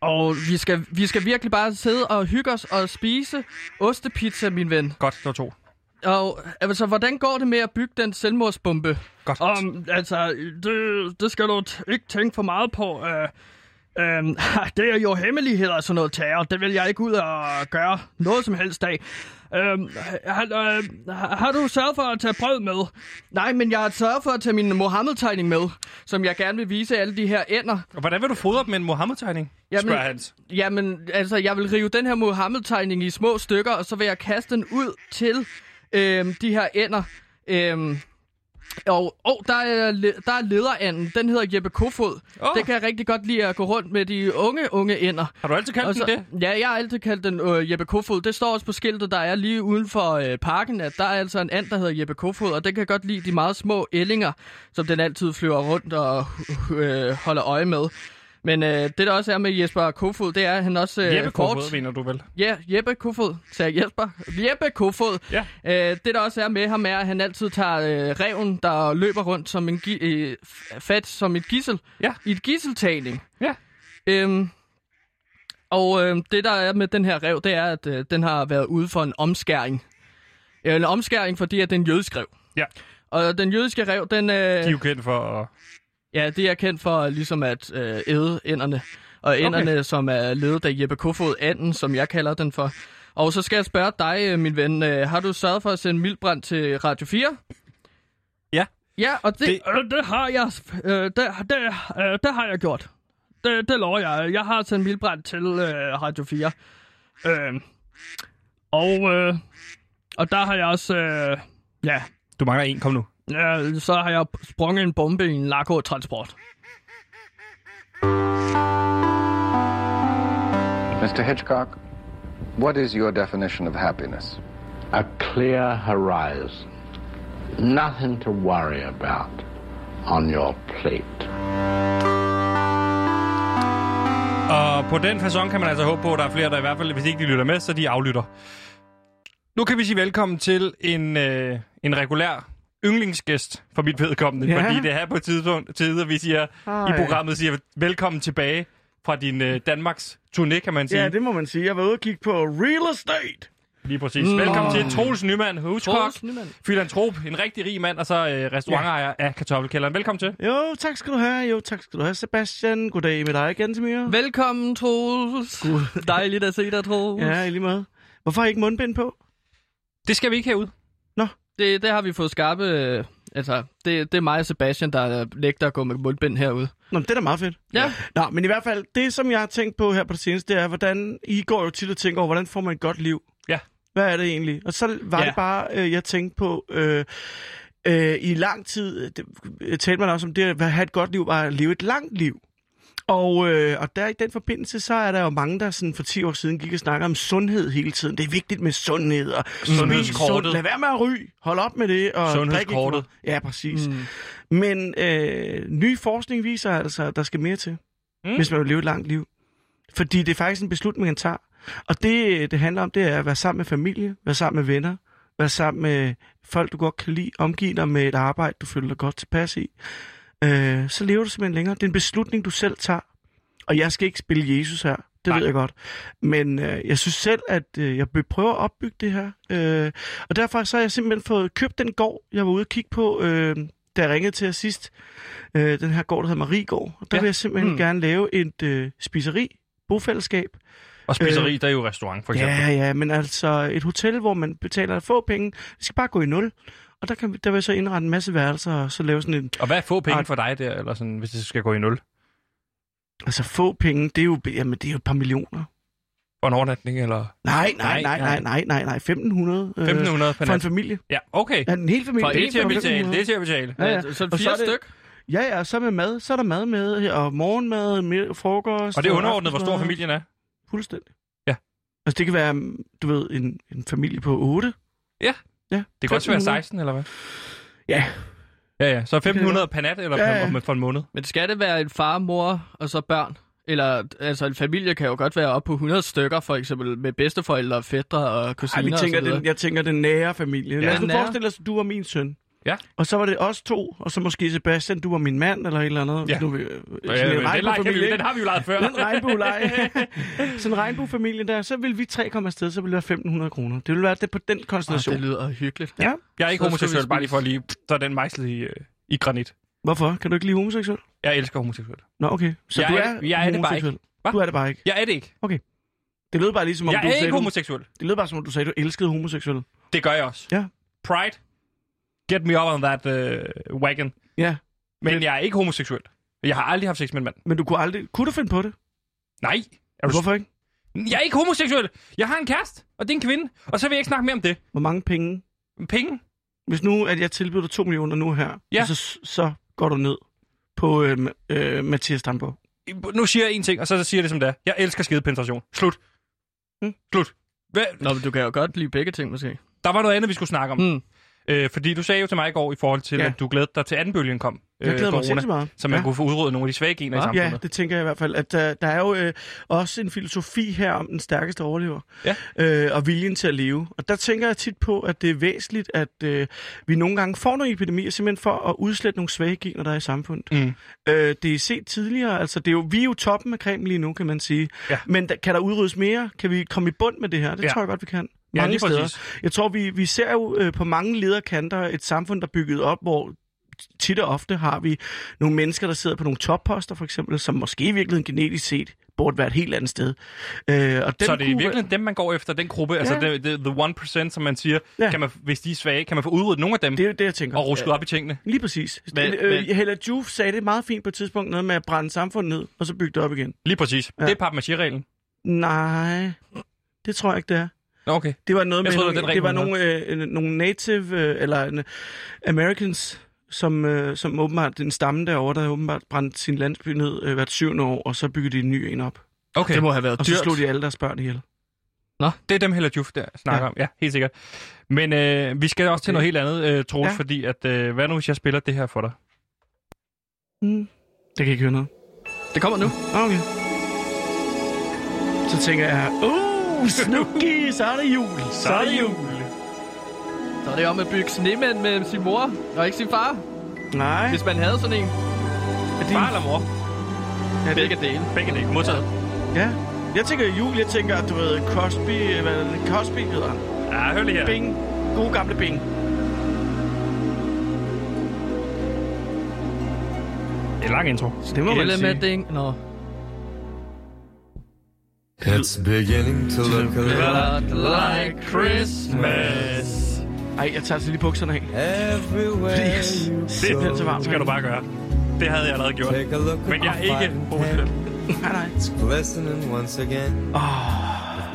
Og vi skal, vi skal virkelig bare sidde og hygge os og spise ostepizza, min ven.
Godt, det var to.
Og altså, hvordan går det med at bygge den selvmordsbombe?
Godt.
Om, altså, det, det skal du t- ikke tænke for meget på. Uh, um, det er jo hemmeligheder, sådan noget terror. Det vil jeg ikke ud og gøre noget som helst af. Um, har, uh, har du sørget for at tage brød med? Nej, men jeg har sørget for at tage min Mohammed-tegning med, som jeg gerne vil vise alle de her ender.
Og hvordan vil du fodre dem med en Mohammed-tegning?
Jamen-
spørger Hans.
Jamen, altså, jeg vil rive den her Mohammed-tegning i små stykker, og så vil jeg kaste den ud til øhm, de her ender. Øhm, og oh, der, er, le- der er lederanden, den hedder Jeppe Kofod.
Åh.
Oh. Det kan jeg rigtig godt lide at gå rundt med de unge, unge ender.
Har du altid kaldt
Og
altså, den det?
ja, jeg har altid kaldt den øh, Jeppe Kofod. Det står også på skiltet, der er lige uden for øh, parken, at der er altså en and, der hedder Jeppe Kofod, og den kan godt lide de meget små ællinger, som den altid flyver rundt og øh, holder øje med. Men øh, det, der også er med Jesper Kofod, det er, at han også... Øh,
Jeppe
forts-
Kofod, mener du vel?
Ja, Jeppe Kofod, sagde jeg Jesper. Jeppe Kofod.
Ja.
Øh, det, der også er med ham, er, at han altid tager øh, reven, der løber rundt som en gi- øh, f- fat som et gissel.
Ja.
I et gisseltagning.
Ja.
Øhm, og øh, det, der er med den her rev, det er, at øh, den har været ude for en omskæring. Øh, En omskæring, fordi at den jødisk rev.
Ja.
Og den jødiske rev, den... Øh,
De er jo kendt for at...
Ja, det er kendt for ligesom at øh, æde ænderne. Og ænderne, okay. som er ledet af Jeppe Kofod Anden, som jeg kalder den for. Og så skal jeg spørge dig, øh, min ven. Øh, har du sørget for at sende Mildbrand til Radio 4?
Ja.
Ja, og det,
Det-
det... Øh, det har jeg øh, det, det, øh, det har jeg gjort. Det, det lover jeg. Jeg har sendt Mildbrand til øh, Radio 4. Øh, og, øh, og der har jeg også... Øh, ja,
Du mangler en, kom nu.
ja, så har jeg sprunget en bombe i en narkotransport.
Mr. Hitchcock, what is your definition of happiness?
a clear horizon, nothing to worry about on your plate.
Og på den façon kan man altså håbe på, at der er flere, der i hvert fald, hvis ikke de lytter med, så de aflytter. Nu kan vi sige velkommen til en, øh, en regulær yndlingsgæst for mit vedkommende, ja.
Ja.
fordi det er her på et tidspunkt, tid, at vi siger, i programmet siger, velkommen tilbage fra din øh, Danmarks turné, kan man sige.
Ja, det må man sige. Jeg var ude og kigge på real estate.
Lige præcis. Velkommen til Troels Nyman, huskok,
Troels Nyman.
filantrop, en rigtig rig mand, og så øh, restaurantejer af Kartoffelkælderen. Velkommen til.
Jo, tak skal du have. Jo, tak skal du have, Sebastian. Goddag med dig igen, Samir.
Mm. Velkommen, Troels. Dejligt at se dig, Troels.
Ja, i lige måde. Hvorfor har I ikke mundbind på?
Det skal vi ikke herude.
Det, det har vi fået skarpe... øh, Altså, det, det er mig og Sebastian, der øh, nægter at gå med mundbind herude.
Nå, men det er da meget fedt.
Ja.
Nå, men i hvert fald, det som jeg har tænkt på her på det seneste, det er, hvordan I går jo tit og tænker over, hvordan får man et godt liv?
Ja.
Hvad er det egentlig? Og så var
Ja.
ja. det bare, øh, jeg tænkte på, øh, øh, i lang tid øh, det, øh, talte man også om det, at have et godt liv var at leve et langt liv. Og, øh, og der i den forbindelse, så er der jo mange, der sådan for 10 år siden gik og snakkede om sundhed hele tiden. Det er vigtigt med sundhed. Og spis
Sundhedskortet.
sundt. Lad være med at ryge. Hold op med det. Og drik ikke for
Sundhedskortet.
meget. Ja, præcis. Mm. Men øh, ny forskning viser altså, at der skal mere til,
Mm.
mm. hvis man vil leve et langt liv. Fordi det er faktisk en beslutning, man tager. Og det, øh, det handler om, det er at være sammen med familie, være sammen med venner, Vær sammen med folk, du godt kan lide. Omgiv dig med et arbejde, du føler dig godt tilpas i. Øh, så lever du simpelthen længere. Det er en beslutning, du selv tager. Og jeg skal ikke spille Jesus her. Det
Nej.
Nej. ved jeg godt. Men øh, jeg synes selv, at øh, jeg be- prøver at opbygge det her. Øh, og derfor så har jeg simpelthen fået købt den gård, jeg var ude og kigge på, øh, da jeg ringede til jer sidst. Øh, den her gård, der hedder Mariegård. Og
Ja.
der ja. vil jeg simpelthen
Mm.
mm. gerne lave et øh, spiseri, bofællesskab,
Og spiseri, øh, der er jo restaurant, for eksempel.
Ja, ja, men altså et hotel, hvor man betaler få penge. Vi skal bare gå i nul. Og der, kan, vi- der vil jeg så indrette en masse værelser, og så lave sådan en...
Og hvad er få penge
Ej.
for dig der, eller sådan, hvis det skal gå i nul?
Altså få penge, det er jo, jamen, det er jo et par millioner.
For en overnatning, eller
Nej,
Nej,
nej, nej, nej, nej, nej, nej. 1.500 øh,
1.500 per
for en
nat?
familie.
Ja, okay.
Ja, en hel familie.
For det er til at betale, det er til at betale.
Ja, ja.
Så
Og så
fire
er det-
styk.
Ja, ja, og så med mad. Så er der mad med, og morgenmad, mid- frokost.
Og det er underordnet, hvor stor
aftensmad.
familien er.
Fuldstændig.
Ja.
Altså, det kan være, du ved, en, en familie på 8.
Ja.
ja.
Det kan også være
1500.
16, eller hvad?
Ja,
Ja, ja. Så 1.500 per nat, eller
Ja, ja.
per- for en måned?
Men skal det være en far, mor og så børn? Eller, altså en familie kan jo godt være op på 100 stykker, for eksempel med bedsteforældre og fædre og
Ej,
kusiner
vi tænker,
og så
den,
videre.
jeg tænker den nære familie. Ja, Lad os nu
nære.
forestille os, at du var min søn.
Ja.
Og så var det os to, og så måske Sebastian, du var min mand, eller et eller andet.
Ja.
Nu, øh,
Ja,
sådan en
men den, leg kan vi,
regnbuefamilie,
den har vi jo lejet før.
ikke? Den regnbueleje. sådan en regnbuefamilie der, så vil vi tre komme afsted, så ville det være 1.500 kroner. Det ville være det på den
Åh,
konstellation.
det lyder hyggeligt.
Ja.
Jeg er ikke
Så skal vi
homoseksuel, bare lige
spise-
for at lige... Så er den mejslet i, øh, i granit.
Hvorfor? Kan du ikke lide homoseksuel?
Jeg elsker homoseksuel.
Nå, okay. Så
Jeg
du
er
er,
det- jeg er det bare
homoseksuel.
Hva?
Du er det bare ikke.
Jeg er det ikke.
Det lød bare lige som om,
Jeg
du
er
sagde,
ikke
du,
homoseksuel.
det lød bare som om, du sagde, du elskede homoseksuelle.
Det gør jeg også.
Ja.
Pride. Get me up on that uh, wagon.
Ja.
Men jeg er ikke homoseksuel. Jeg har aldrig haft sex med en mand.
Men du kunne aldrig... Kunne du finde på det?
Nej. Er du...
Hvorfor ikke?
Jeg er ikke homoseksuel. Jeg har en kæreste, og det er en kvinde. Og så vil jeg ikke snakke mere om det.
Hvor mange penge
Penge.
hvis nu at jeg tilbyder dig 2 millioner nu her,
Ja.
og så, så går du ned på øh, Ma- øh, Mathias Dambo.
Nu siger jeg en ting, og så siger jeg det som det er. Jeg elsker skedepenetration. Slut.
Mm.
Slut. Hvad?
Nå, men du kan jo godt lide begge ting, måske.
Der var noget andet, vi skulle snakke om.
Mm.
Øh, fordi du sagde jo til mig i går, i forhold til, ja.
Ja.
at du glædede dig til anden bølgen kom.
Jeg glæder mig
Øh, corona,
sindssygt meget.
Så man
ja.
kunne få udryddet nogle af de svage gener i
Ja.
samfundet.
Ja, det tænker jeg i hvert fald. At der, der er jo øh, også en filosofi her om den stærkeste overlever.
Ja.
Øh, og viljen til at leve. Og der tænker jeg tit på, at det er væsentligt, at øh, vi nogle gange får nogle epidemier, simpelthen for at udslette nogle svage gener, der er i samfundet.
Mm.
Øh, det er set tidligere. Altså, det er jo, vi er jo toppen af kremen lige nu, kan man sige.
Ja.
Men der, kan der udryddes mere? Kan vi komme i bund med det her? Det
Ja.
tror jeg godt, vi kan.
Ja,
Mange
lige
steder.
præcis.
Jeg tror, vi, vi ser jo øh, på mange lederkanter et samfund, der er bygget op, hvor tit og ofte har vi nogle mennesker, der sidder på nogle topposter, for eksempel, som måske i virkeligheden genetisk set burde være et helt andet sted. Øh, og den
Så det er
kunne-
virkelig dem, man går efter, den gruppe, ja. altså det, det, the 1%, som man siger, ja.
Ja.
kan man, hvis de er svage, kan man få udryddet nogle af dem
Det
det,
er jo det, jeg tænker.
og rusket ja. op i tingene.
Lige præcis.
Men-
Men, øh,
men-
Hella Juf sagde det meget fint på et tidspunkt, noget med at brænde samfundet ned, og så bygge det op igen.
Lige præcis. Ja.
Ja.
Det er papmaché-reglen.
Nej, det tror jeg ikke, det er.
Nå, okay.
Det var noget
Jeg
med
troede,
nogle,
det var den
det var
regel, hun
nogle, øh, øh, nogle native øh, eller en, Americans, som, øh, som åbenbart den stamme derovre, der åbenbart brændte sin landsby ned øh, hvert syvende år, og så byggede de en ny en op.
okay.
Det må have været
Og så
dyrt.
slog de alle deres børn ihjel.
Det er dem heller Juf, der snakker ja.
Ja.
om. Ja, helt sikkert. Men øh, vi skal også okay. til noget helt andet, øh, Troels, ja.
Ja.
fordi at, øh, hvad nu, hvis jeg spiller det her for dig?
Mm. Det kan jeg ikke høre noget.
Det kommer nu.
Nå, Okay. Så tænker jeg, uh, Snooki, så er det jul. Så er det jul.
Så er det om at bygge snemænd med sin mor, og ikke sin far,
Nej,
hvis man havde sådan en.
er det
Far eller mor?
er
Begge
det,
dele.
Begge dele. Modtaget.
ja. Jeg tænker jul, jeg tænker, du ved, Cosby, øh, hvad er det, Cosby hedder han.
Ja, ja hør lige her.
Bing. God gamle Bing.
Det er en lang intro.
Så det må man
Eller med
sige.
ding. Nå.
It's beginning to look a lot
like
Christmas.
Ej, jeg tager altså lige bukserne af.
everywhere.
Yes.
you
Simpelthen så
go.
varmt.
Det skal du bare gøre. Det havde jeg allerede gjort.
Take a look
Men
at
jeg er
my
ikke
fine
homoseksuel.
Nej, nej.
It's glistening once again.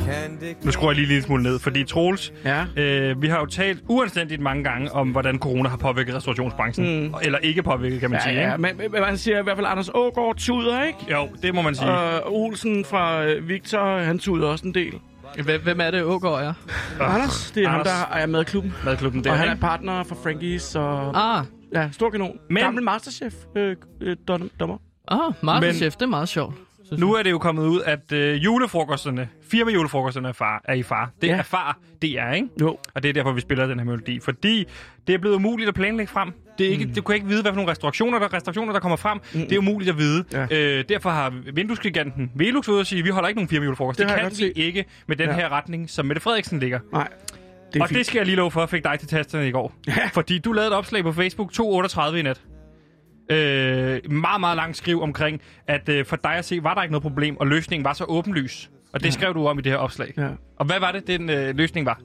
Candy
Ah. Nu skruer jeg lige en lille smule ned, fordi Troels,
Ja.
øh, vi har jo talt uanstændigt mange gange om, hvordan corona har påvirket restaurationsbranchen. Mm. Eller ikke påvirket, kan man
Ja,
sige.
ja,
ikke?
men, men man siger i hvert fald Anders Ågaard tuder, ikke?
Jo, det må man sige. Uh,
Og Olsen fra øh, Victor, han tuder også en del.
Hvem, hvem er det, Ågaard er?
Anders, det er
Anders.
ham, der er med i klubben.
Madklubben der,
Og han
ikke?
er partner for Frankies, og
Ah,
ja, stor kanon.
Men-
Men... Gammel masterchef, øh, øh, dom- dommer.
ah Masterchef, det er meget sjovt.
synes
Nu er det jo kommet ud, at øh, julefrokosterne, firma julefrokosterne er, far, er i far. Det
Ja.
er far, det er, ikke?
Jo.
Og det er derfor, vi spiller den her melodi. Fordi det er blevet umuligt at planlægge frem. Det er ikke, mm. Du kan ikke vide, hvad for nogle restaurationer der, restaurationer, der kommer frem. Mm. Det er umuligt at vide.
Ja.
Ja. Øh, derfor har vinduesgiganten Velux ude og sige, vi holder ikke nogen firma julefrokost.
Det
Det,
har
det
jeg
kan
godt
vi
set.
ikke med den
Ja.
ja. her retning, som Mette Frederiksen ligger.
Nej, det
Det
er
og
fint.
det skal jeg lige love for, fik dig til tasterne i går.
Ja.
Fordi du lavede et opslag på Facebook 2.38 i nat. Øh, meget, meget langt skriv omkring, at øh, for dig at se, var der ikke noget problem, og løsningen var så åbenlys. Og det ja. skrev du om i det her opslag.
Ja.
Og hvad var det, den øh, løsning var?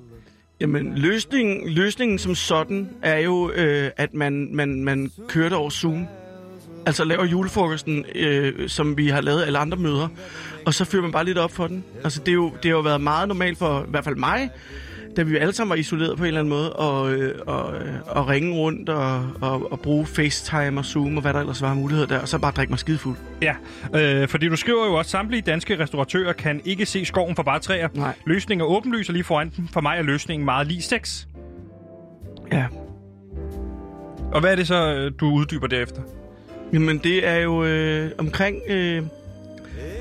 Jamen, løsningen, løsningen som sådan er jo, øh, at man, man, man kører det over Zoom. Altså laver julefrokosten, øh, som vi har lavet alle andre møder, og så fyrer man bare lidt op for den. Altså det, er jo, det har jo været meget normalt for i hvert fald mig, da vi jo alle sammen var isoleret på en eller anden måde, og, øh, og, øh, og ringe rundt og, og, og bruge FaceTime og Zoom og hvad der ellers var muligheder der, og så bare drikke mig skidefuld.
Ja, øh, fordi du skriver jo også, samtlige danske restauratører kan ikke se skoven for bare træer.
Nej.
Løsningen er åbenlys, og lige foran den. For mig er løsningen meget lige sex.
Ja.
Og hvad er det så, øh, du uddyber derefter?
Jamen, det er jo øh, omkring øh,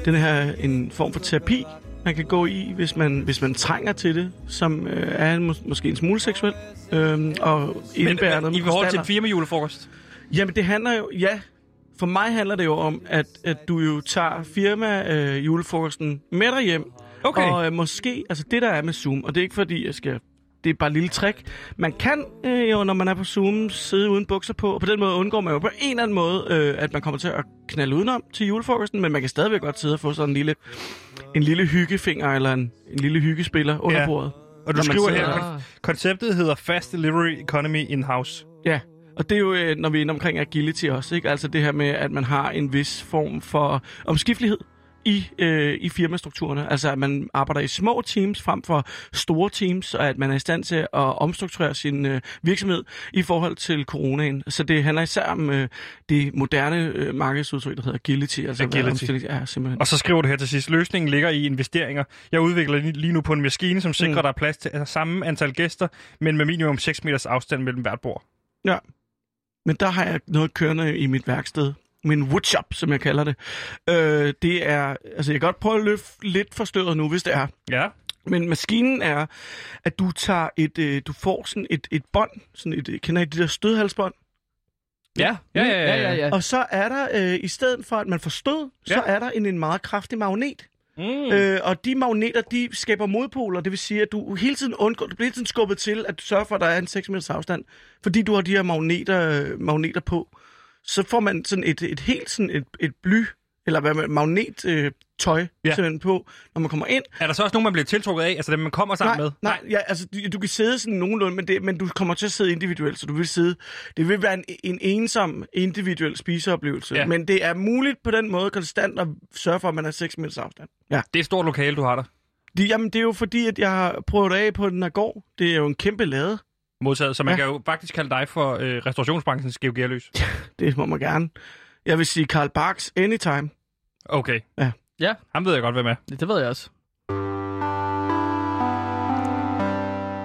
den her en form for terapi, man kan gå i, hvis man, hvis man trænger til det, som øh, er en, mås- måske en smule seksuel, øh, og indebærer noget
men, I
med
forhold til
krystaller.
firmajulefrokost?
Jamen, det handler jo... Ja, for mig handler det jo om, at, at du jo tager firma øh, julefrokosten med dig hjem,
Okay.
og øh, måske, altså det der er med Zoom, og det er ikke fordi, jeg skal... Det er bare et lille trick. Man kan øh, jo, når man er på Zoom, sidde uden bukser på, og på den måde undgår man jo på en eller anden måde, øh, at man kommer til at knalde udenom til julefrokosten, men man kan stadigvæk godt sidde og få sådan en lille, en lille hyggefinger eller en, en lille hyggespiller under
Ja.
bordet.
Og du
Når man
skriver her,
sidder-
kon- konceptet hedder Fast Delivery Economy In-House.
Ja, og det er jo, øh, når vi er inde omkring agility også, ikke? Altså det her med, at man har en vis form for omskiftelighed i, øh, i firmastrukturerne. Altså at man arbejder i små teams frem for store teams, og at man er i stand til at omstrukturere sin øh, virksomhed i forhold til coronaen. Så det handler især om øh, det moderne øh, markedsudtryk, der hedder agility. Altså hvad
Agility.
omstilling- Ja, simpelthen.
Og så skriver du her til sidst, løsningen ligger i investeringer. Jeg udvikler li- lige nu på en maskine, som sikrer,
Mm.
mm. der er plads til altså, samme antal gæster, men med minimum 6 meters afstand mellem hvert bord.
Men der har jeg noget kørende i mit værksted. Min woodshop, som jeg kalder det. Øh, det er, altså jeg kan godt prøve at løfte lidt forstøret nu, hvis det er.
Ja,
Men maskinen er, at du tager et, øh, du får sådan et, et bånd, sådan et, øh, kender I de der stødhalsbånd?
Ja, ja, ja, ja. ja, ja.
Og så er der, øh, i stedet for at man får stød, ja. så
Ja.
er der en, en meget kraftig magnet. Mm. Øh, og de magneter, de skaber modpoler, det vil sige, at du hele tiden undgår, du bliver hele tiden skubbet til, at du sørger for, at der er en 6 meters afstand, fordi du har de her magneter, øh, magneter på. Så får man sådan et, et helt sådan et, et bly, eller hvad man, magnet, øh, tøj ja.
Ja.
simpelthen på, når man kommer ind.
Er der så også nogen, man bliver tiltrukket af? Altså dem, man kommer sammen
nej,
med?
Nej, ja, altså, du, du kan sidde sådan nogenlunde, men, det, men du kommer til at sidde individuelt, så du vil sidde... Det vil være en, en ensom, individuel spiseoplevelse, ja.
Ja.
men det er muligt på den måde konstant at sørge for, at man har 6 meters afstand. Ja.
Det er et stort lokale, du har der.
De, jamen, det er jo fordi, at jeg har prøvet af på den her gård. Det er jo en kæmpe lade.
Modtaget, så man
Ja.
ja. kan jo faktisk kalde dig for øh, restaurationsbranchens Georg Gerløs.
Det må man gerne. Jeg vil sige Karl Barks anytime.
Okay.
Ja.
Ja.
Ham ved jeg godt, hvem er.
Det ved jeg også.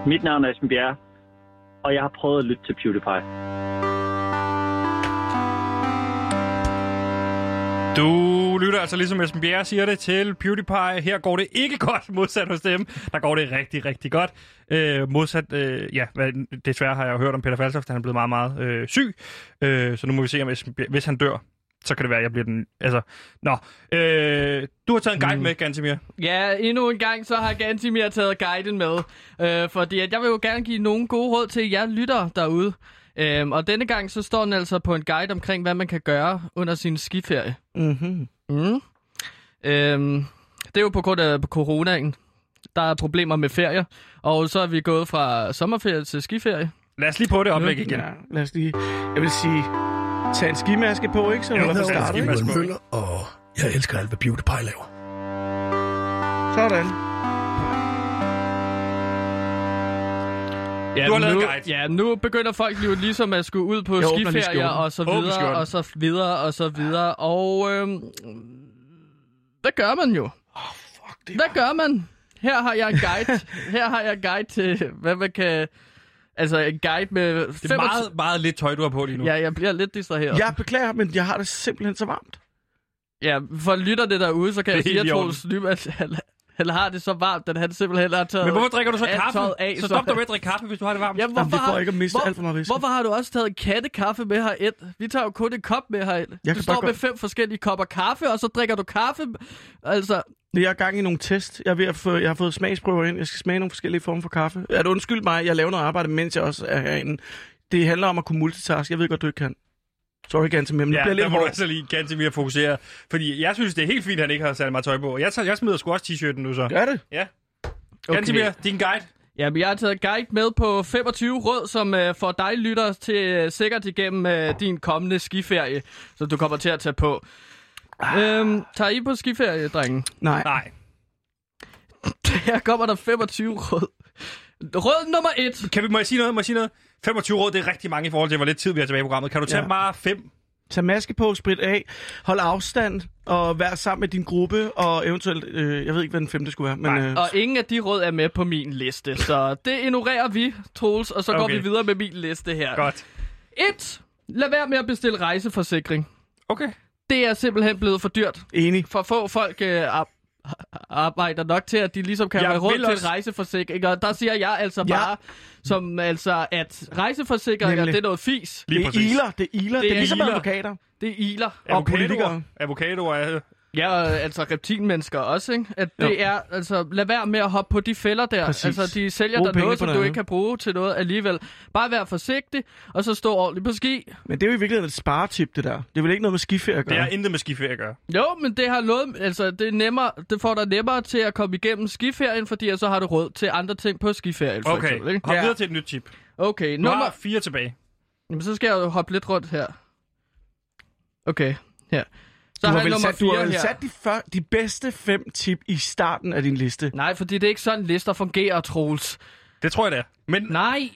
Mit navn er Esben Bjerre, og jeg har prøvet at lytte til PewDiePie.
Du lytter altså ligesom Esben Bjerre siger det til PewDiePie. Her går det ikke godt, modsat hos dem. Der går det rigtig, rigtig godt. Øh, modsat, øh, ja, hvad- desværre har jeg jo hørt om Peter Falsoft, han er blevet meget, meget øh, syg. Øh, så nu må vi se, om Esben Bjerre, hvis han dør, så kan det være, at jeg bliver den... Altså, nå. Øh, du har taget en
Mm.
guide med, Gantemir.
Ja, endnu en gang, så har Gantimir taget guiden med. Øh, fordi at jeg vil jo gerne give nogle gode råd til jer lyttere derude. Øhm, og denne gang, så står den altså på en guide omkring, hvad man kan gøre under sin skiferie.
Mm-hmm.
Mm. Øhm, det er jo på grund af coronaen. Der er problemer med ferier. Og så er vi gået fra sommerferie til skiferie.
Lad os lige på det
Mm.
oplæg igen.
Ja, lad os lige... Jeg vil sige... Tag en skimaske på, ikke? Så
Jo,
når
det
du
er
starter,
skimaske.
ikke?
Jørgen Møller, og jeg elsker alt, hvad PewDiePie laver.
Sådan.
Du har lavet
nu,
en guide.
Ja, nu begynder folk jo ligesom at skulle ud på
Jeg åbner lige
skiferier
skjorten.
og så
Åbn
videre,
skjorten.
og så videre, og så videre. Og øhm, hvad gør man jo?
det
Hvad gør man? Her har jeg en guide. Her har jeg en guide til, hvad man kan... Altså en guide med...
Det er meget, meget lidt tøj, du har på lige nu.
Ja, jeg bliver lidt distraheret.
Jeg beklager, men jeg har det simpelthen så varmt.
Ja, for lytter det derude, så kan
Det
jeg
er
sige, at
helt i orden.
Troels Lyman, han, han har det så varmt, at han simpelthen har taget...
Men hvorfor drikker du så
alt
kaffe?
tøjet af,
så
så-
stop dig med at drikke kaffe, hvis du har det varmt.
Ja, hvorfor,
Jamen, det er for
har-
ikke at miste alt for meget væske.
Hvorfor har du også taget kattekaffe med herind? Vi tager jo kun en kop med herind.
kan
du
bare
står
godt-
med fem forskellige kopper kaffe, og så drikker du kaffe. Altså,
Jeg er i gang i nogle test. Jeg, er ved at få, jeg har fået smagsprøver ind. Jeg skal smage nogle forskellige former for kaffe. Er det undskyld mig, jeg laver noget arbejde, mens jeg også er herinde. Det handler om at kunne multitaske. Jeg ved godt, du ikke kan. Sorry, Gantemir, men ja,
Ja,
bliver
der
lidt
må du
hård.
altså lige ganske mere fokusere. Fordi jeg synes, det er helt fint, at han ikke har sat mig tøj på. Jeg, tager, jeg smider sgu også t-shirten nu så.
Gør det.
Okay. Ganske mere, din guide.
Jamen, jeg har taget guide med på 25 råd, som øh, får dig lytter til øh, sikkert igennem øh, din kommende skiferie, som du kommer til at tage på. Øhm, tager I på skiferie, drengen?
Nej.
Nej.
Her kommer der 25 råd. Råd nummer 1.
Kan vi, må jeg sige noget? Må jeg sige noget? 25 råd, det er rigtig mange i forhold til, hvor lidt tid vi har tilbage i programmet. Kan du tage
Ja.
ja. bare fem?
Tag maske på, sprit af, hold afstand og vær sammen med din gruppe. Og eventuelt, øh, jeg ved ikke, hvad den femte skulle være. Men,
Nej.
øh,
Og ingen af de råd er med på min liste, så det ignorerer vi, Troels, og så okay. går
Okay.
vi videre med min liste her.
Godt.
1. Lad være med at bestille rejseforsikring.
Okay.
Det er simpelthen blevet for dyrt.
enig.
for få folk øh, ar- arbejder nok til, at de ligesom kan
Jeg
være rundt
vil
til
også-
rejseforsikringer. Der siger jeg altså
Ja.
bare, som altså, at rejseforsikringer,
Nemlig.
det er noget fis.
Lige
det er
præcis.
iler, det er iler. Det er,
er
ligesom
iler.
advokater.
Det er iler.
Og politikere.
Avocadoer er...
Ja, og, altså reptilmennesker også, ikke? At det er, altså, lad være med at hoppe på de fælder der.
Præcis.
Altså, de sælger
Brug
dig
penge
noget,
på
som
noget
du
andet.
ikke kan bruge til noget alligevel. Bare vær forsigtig, og så stå ordentligt på ski.
Men det er jo i virkeligheden et sparetip, det der. Det er vel ikke noget med skiferie at
Det
gøre.
er intet med skiferie at gøre.
Jo, men det har noget, altså, det, er nemmere, det får dig nemmere til at komme igennem skiferien, fordi så har du råd til andre ting på skiferien, for
Okay,
eksempel, ikke?
hop
Ja.
videre til et nyt tip.
Okay,
Nu
nummer
har fire tilbage.
Jamen, så skal jeg jo hoppe lidt rundt her. Okay, her. Så
Du
har
har
jeg
vel
nummer
sat, du har
4
vel
her.
sat de, før, de bedste fem tip i starten af din liste.
Nej, fordi det er ikke sådan, lister fungerer, Troels.
Det tror jeg, det er. Men, men
Nej,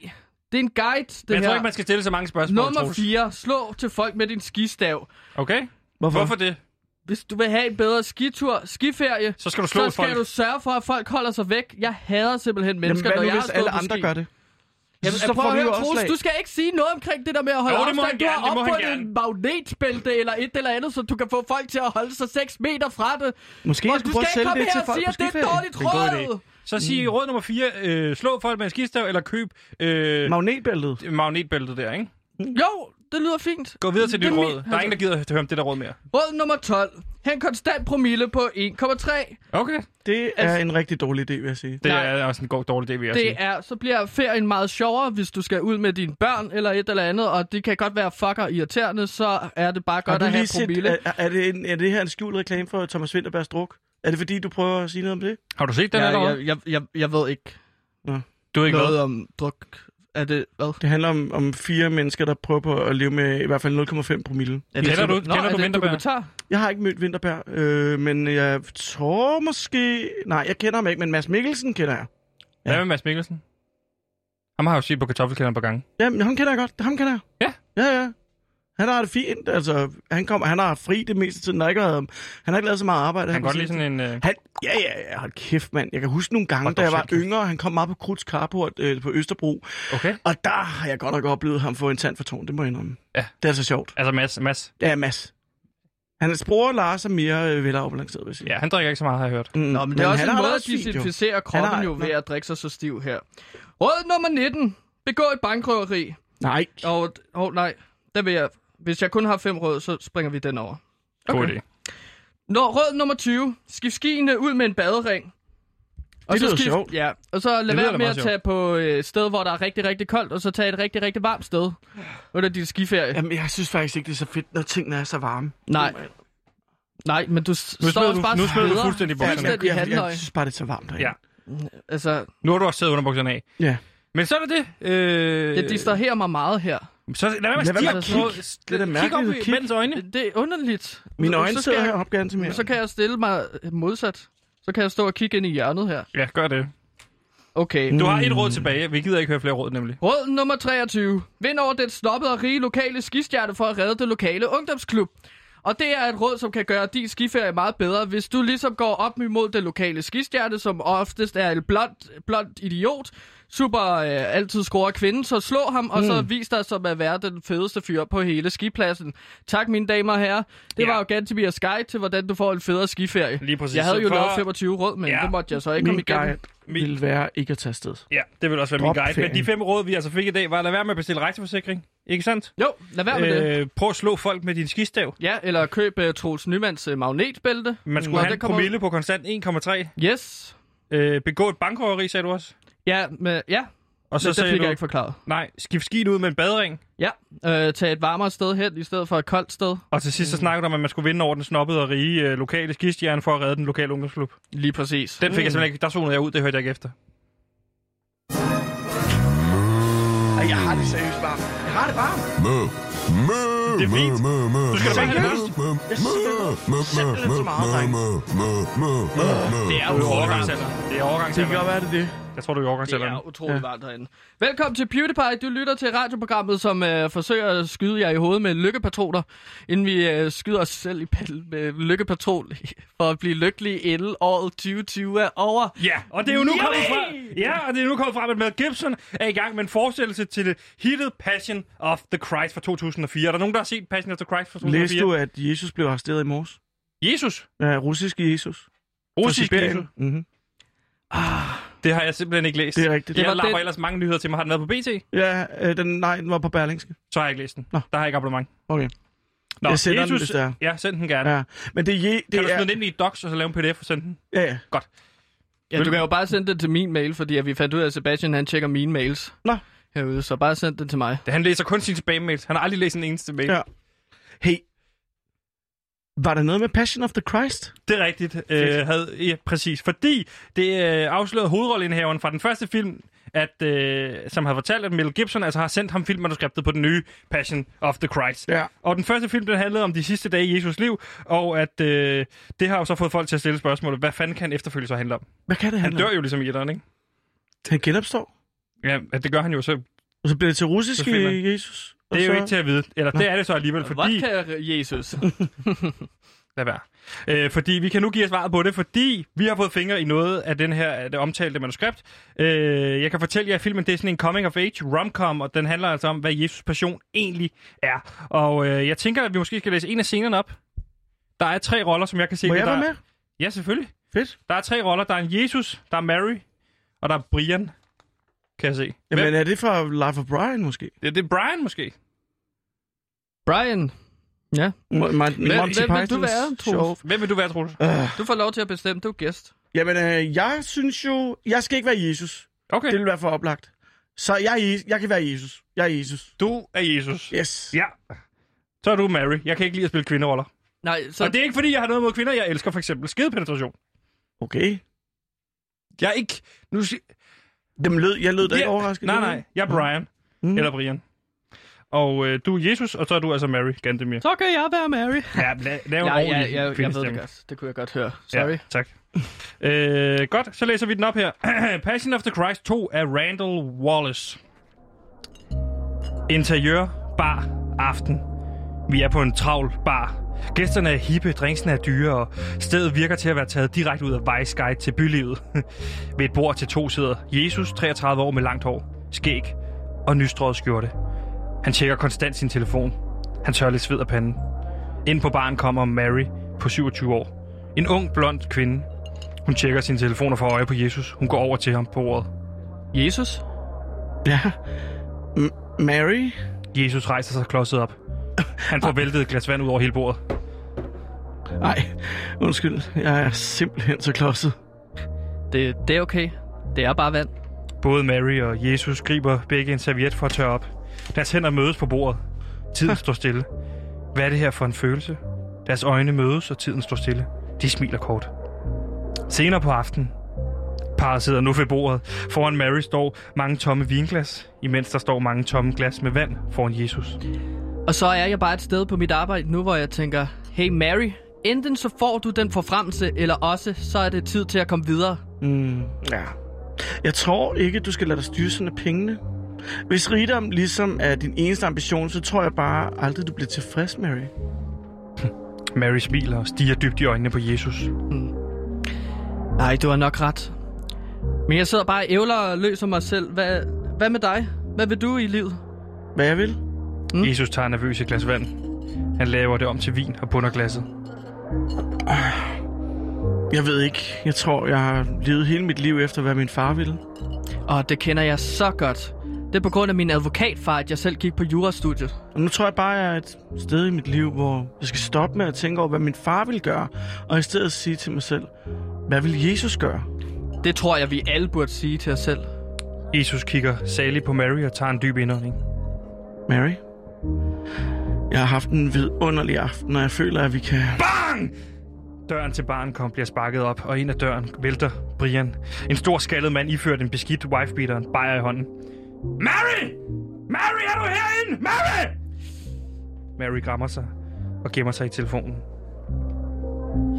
det er en guide, det
jeg
her.
tror ikke, man skal stille så mange spørgsmål.
Nummer
Troels.
4. Slå til folk med din skistav.
Okay? Hvorfor? Hvorfor det?
Hvis du vil have en bedre skitur, skiferie,
Så skal du slå
så skal
folk.
du sørge for, at folk holder sig væk. Jeg hader simpelthen
Jamen,
mennesker,
hvad
når
nu,
jeg
hvis
har stået
alle
på
andre
ski.
gør det?
Jamen,
Så
så prøv
får
at
vi
høre,
jo
Troels,
opslag.
du skal ikke sige noget omkring det der med at holde
Jo, det må
afstand.
han
Du
gerne,
har
det må han
opfundet
gerne.
en magnetbælte eller et eller andet, så du kan få folk til at holde sig 6 meter fra det.
Måske
Og
jeg skulle
du skal
prøve
ikke
at sælge
komme
det
her
til
og
folk
sige,
på
at det er
skiferie.
et dårligt
Det er en god idé.
råd.
Så sig mm. råd nummer 4, øh, slå folk med en skistav eller køb øh,
Magnetbæltet.
magnetbæltet der, ikke?
Hmm.
Jo, det lyder fint.
Gå videre til
Det
dit
er min-
råd. Der er ingen, der gider at høre om det der råd mere.
Råd nummer 12. Ha' en konstant promille på 1,3.
Okay.
Det er
Altså-
en rigtig dårlig idé, vil jeg sige.
Det
Nej.
er også en god, dårlig idé, vil jeg
Det
sige.
er, så bliver ferien meget sjovere, hvis du skal ud med dine børn eller et eller andet, og det kan godt være fucker irriterende, så er det bare
Har
godt
du
at have
lige set,
promille.
er, er, det en, er det her en skjult reklame for Thomas Winterbergs druk? Er det fordi, du prøver at sige noget om det?
Har du set den
Ja,
eller
jeg, jeg, jeg, jeg ved ikke
Du er ikke
noget
med.
om druk. Er det, hvad?
Det handler om, om fire mennesker, der prøver på at leve med i hvert fald 0,5 promille.
Er
Kender
det,
du-
Nå,
kender
er
du
det en
Vinterberg?
dokumentar?
Jeg har ikke mødt Winterberg, øh, men jeg tror måske... Nej, jeg kender ham ikke, men Mads Mikkelsen kender jeg.
Hvad med Mads Mikkelsen? Ham har jeg jo set på kartoffelkælderen på gange.
Jamen, ham kender jeg godt. Ham kender jeg.
Ja.
Ja, ja. Han har det fint. Altså, han, kom, han har haft fri det meste af tiden, der ikke har, han har ikke lavet så meget arbejde.
Han kan
på
godt lide
sidste-
sådan en... Øh...
Han, ja, ja, ja, hold kæft, mand. Jeg kan huske nogle gange,
Hold
da
da
jeg var
kæft.
yngre, han kom meget på Kruds Carport øh, på Østerbro,
Okay.
og der har jeg godt nok oplevet ham få en tand for tårn, det må jeg indrømme.
Ja.
Det er altså sjovt.
Altså Mads, Mads.
Ja, Mads. Hans bror Lars er mere øh, velafbalanceret, vil jeg sige.
Ja, han drikker ikke så meget, har jeg hørt.
Mm,
Nå, men det er også
han
en
har
måde
da
at
fint, jo.
desinficere
Han
kroppen
har-
jo ved at drikke sig så stiv her. Råd nummer 19. Begå et bankrøveri.
Nej,
Og, oh, nej, der vil jeg... Hvis jeg kun har fem råd, så springer vi den over.
God
Okay.
idé.
Nå, råd nummer 20. Skift skiene ud med en badering. Og
Det
så
lyder sjovt.
Ja, og så lad
lyder
være
da
med
meget
at
sjovt.
tage på et øh, sted, hvor der er rigtig, rigtig koldt, og så tage et rigtig, rigtig varmt sted under din skiferie.
jamen, jeg synes faktisk ikke, det er så fedt, når tingene er så varme.
Nej. Nej, men du s-
Nu
står
smider
også
du-
bare
nu smider du
sveder.
fuldstændig bukserne.
Fuldstændig
jeg, jeg,
halvnøgen.
jeg, synes bare, det er så varmt derinde.
Ja.
Altså,
Nu har du også siddet underbukserne af.
Ja.
Men så er det det. Øh...
det distraherer mig meget her.
Så lad være med
Lad være
med
at
at
stige på...
kigge.
Kig
Det er da
op
mærkeligt at
i
kigge.
mænds øjne.
Det er underligt.
Mine
Så
øjne
skal
sidder
jeg-
heroppe ganske mere.
Så kan jeg stille mig øh, modsat. Så kan jeg stå og kigge ind i hjørnet her.
Ja, gør det. Mm.
Okay.
Du har et råd tilbage. Vi gider ikke høre flere råd, nemlig.
Råd nummer 23. Vind over den snobbede og rige lokale skistjerne for at redde det lokale ungdomsklub. Og det er et råd, som kan gøre din skiferie meget bedre, hvis du ligesom går op imod det lokale skistjerne, som oftest er en blond, blond idiot, super øh, altid scorer kvinde, så slå ham, og så
Hmm.
vis dig som at være den fedeste fyr på hele skipladsen. Tak, mine damer og herrer. Det
Ja.
var jo Gantibiers guide til, hvordan du får en federe skiferie.
Lige præcis.
Jeg havde jo
Så
lavet
for-
25 råd, men
Ja.
det måtte jeg så ikke komme
Min
igennem.
guide
Min-
ville være ikke at tage afsted.
Ja, det vil også være min
Drop
guide.
ferien.
Men de fem råd, vi altså fik i dag, var at lade være med at bestille rejseforsikring. Ikke sandt?
Jo, lad være med øh... det.
prøv at slå folk med din skistav.
Ja, eller køb uh, Troels Nymands uh, magnetbælte.
Man skulle
Når
have
det
en
kommer ud.
promille på konstant 1,3.
Yes.
Øh, begå et bankrøveri, sagde du også.
Ja, men, ja.
Og
Så
så
men det
sagde
fik
du,
jeg ikke forklaret.
nej, skift skien ud med en badring.
Ja, øh, tag et varmere sted hen, i stedet for et koldt sted.
Og til
Mm.
sidst så snakkede du om, at man skulle vinde over den snobbede og rige øh, lokale skistjerne for at redde den lokale ungdomsklub.
Lige præcis.
Den fik jeg simpelthen ikke. Der zonede jeg ud, det hørte jeg ikke efter.
Ej, jeg har det seriøst varmt. Jeg har det varmt.
Det er fint. Du skal da bare have lyst.
Jeg synes simpelthen så meget, dreng.
Det er jo overgangsalder. Det er
Det kan
overgangsalder.
godt være, det er det.
Jeg tror, du er i
Det
overgangsalderen.
er utroligt ja. varmt herinde. Velkommen til PewDiePie. Du lytter til radioprogrammet, som øh, forsøger at skyde jer i hovedet med lykkepatroner, inden vi øh, skyder os selv i panden med lykkepatrol for at blive lykkelige, inden året 2020 er over.
Ja, og det er jo nu kommet
Yippee!
frem. Ja, og det er nu kommet frem, at Mel Gibson er i gang med en forestillelse til det hittet Passion of the Christ fra 2004. Er der nogen, der har set Passion of the Christ fra
Læste
2004?
du, at Jesus blev arresteret i morges?
Jesus.
Ja, russiske Jesus.
Russisk Jesus.
Mm-hmm.
Det har jeg simpelthen ikke læst.
Det er rigtigt.
Jeg
Det var
lapper
den-
ellers mange nyheder til mig. Har den været på BT?
Ja, øh, den, nej, den var på Berlingske.
Så har jeg ikke læst den.
Nå.
Der har jeg ikke abonnement.
Okay.
Nå,
Jeg sender den, hvis det er.
Ja, send den gerne. Ja,
Ja. Men det, er Je- det
kan du smide
er...
den ind i et docs, og så lave en pdf og sende den?
Ja, ja.
Ja, du kan jo bare sende den til min mail, fordi at vi fandt ud af, at Sebastian han tjekker mine mails
Nå.
herude, så bare send den til mig.
Det, han læser kun sine spam-mails. Han har aldrig læst en eneste mail.
Ja. Hey, var der noget med Passion of the Christ?
Det er rigtigt. Øh, havde, ja, præcis. Fordi det øh, afslørede hovedrolleindehaveren fra den første film, at, øh, som har fortalt, at Mel Gibson altså har sendt ham filmmanuskriptet på den nye Passion of the Christ.
Ja.
Og den første film, den handlede om de sidste dage i Jesus liv, og at øh, det har jo så fået folk til at stille spørgsmålet, hvad fanden kan efterfølgelse så handle om?
Hvad kan det
Han
handle
dør jo ligesom i etteren, ikke?
om? Han genopstår.
Ja, at det gør han jo så. Det
Og så bliver det til russiske
Så finder-
Jesus. Og
er
så...
jo ikke til at vide. Eller det er det så alligevel, fordi...
Fordi... Vodka, Jesus.
Lad være. Øh, fordi vi kan nu give jer svaret på det, fordi vi har fået fingre i noget af den her af det omtalte manuskript. Øh, jeg kan fortælle jer, at filmen det er sådan en coming of age romcom, og den handler altså om, hvad Jesus passion egentlig er. Og øh, jeg tænker, at vi måske skal læse en af scenerne op. Der er tre roller, som jeg kan se.
Må
nu,
jeg
der...
være med?
Ja, selvfølgelig.
Fedt.
Der er tre roller. Der er en Jesus, der er Mary, og der er Brian. Kan jeg se. Hvem?
Jamen, er det fra Life of Brian, måske?
Det, det er Brian måske.
Brian,
Mon- Mon- Monty
hvem vil du
Pythons
være, Troels?
show.
Hvem vil du være, Troels?
Øh.
du får lov til at bestemme, du er gæst.
Jamen, øh, jeg synes jo... Jeg skal ikke være Jesus.
Okay.
Det ville være for oplagt. Så jeg, er Je- jeg kan være Jesus. Jeg er Jesus.
Du er Jesus.
Yes.
Ja. Så er du Mary. Jeg kan ikke lide at spille kvinderoller.
Nej,
Så...
så
Og det er ikke fordi, jeg har noget mod kvinder. Jeg elsker for eksempel skedepenetration.
Okay.
Jeg er ikke... Nu sig...
Dem lød, jeg lød da ikke
Ja,
overrasket.
Nej,
gjorde
nej. Jeg er Brian.
Mhm.
Mm. Eller Brian. Og øh, du er Jesus, og så er du altså Mary Gantemir.
så kan jeg være Mary.
Ja, la- lav en
Ja,
ordentlig
ja, ja, jeg ved det
kvindestemme.
godt. Det kunne jeg godt høre. Sorry.
Ja, tak. øh, godt, så læser vi den op her. Passion of the Christ 2 af Randall Wallace. Interiør, bar, aften. Vi er på en travl bar. Gæsterne er hippe, drinksene er dyre, og stedet virker til at være taget direkte ud af Vice Guide til bylivet. Ved et bord til to sidder Jesus, 33 år med langt hår, skæg og nystrøget skjorte. Han tjekker konstant sin telefon. Han tør lidt sved af panden. Ind på baren kommer Mary på 27 år. En ung, blond kvinde. Hun tjekker sin telefon og får øje på Jesus. Hun går over til ham på ordet.
Jesus?
Ja. M- Mary?
Jesus rejser sig klodset op. Han får væltet et glas vand ud over hele bordet.
Nej, undskyld. Jeg er simpelthen så klodset.
Det, det er okay. Det er bare vand.
Både Mary og Jesus griber begge en serviet for at tørre op. Deres hænder mødes på bordet. Tiden står stille. Hvad er det her for en følelse? Deres øjne mødes, og tiden står stille. De smiler kort. Senere på aftenen. Parret sidder nu ved bordet. Foran Mary står mange tomme vinglas, imens der står mange tomme glas med vand foran Jesus.
Og så er jeg bare et sted på mit arbejde nu, hvor jeg tænker, hey Mary, enten så får du den forfremmelse, eller også så er det tid til at komme videre.
Mm, ja. Jeg tror ikke, du skal lade dig styre sådan af pengene. Hvis rigdom ligesom er din eneste ambition, så tror jeg bare aldrig, du bliver tilfreds, Mary.
Mary smiler og stiger dybt i øjnene på Jesus.
Nej, du har nok ret. Men jeg sidder bare og ævler og løser mig selv. Hvad, hvad med dig? Hvad vil du i livet?
Hvad jeg vil?
Mm. Jesus tager nervøs et glas vand. Han laver det om til vin og bunder glasset.
Jeg ved ikke. Jeg tror, jeg har levet hele mit liv efter, hvad min far ville.
Og det kender jeg så godt. Det er på grund af min advokatfar, at jeg selv gik på jurastudiet.
Og nu tror jeg bare, jeg er et sted i mit liv, hvor jeg skal stoppe med at tænke over, hvad min far ville gøre, og i stedet sige til mig selv, hvad vil Jesus gøre?
Det tror jeg, vi alle burde sige til os selv.
Jesus kigger salig på Mary og tager en dyb indånding.
Mary? Jeg har haft en vidunderlig aften, og jeg føler, at vi kan...
Bang! Døren til barnkom bliver sparket op, og ind ad døren vælter Brian. En stor skaldet mand iført en beskidt wifebeater, en bajer i hånden. Mary! Mary, er du herinde? Mary! Mary grammer sig og gemmer sig i telefonen.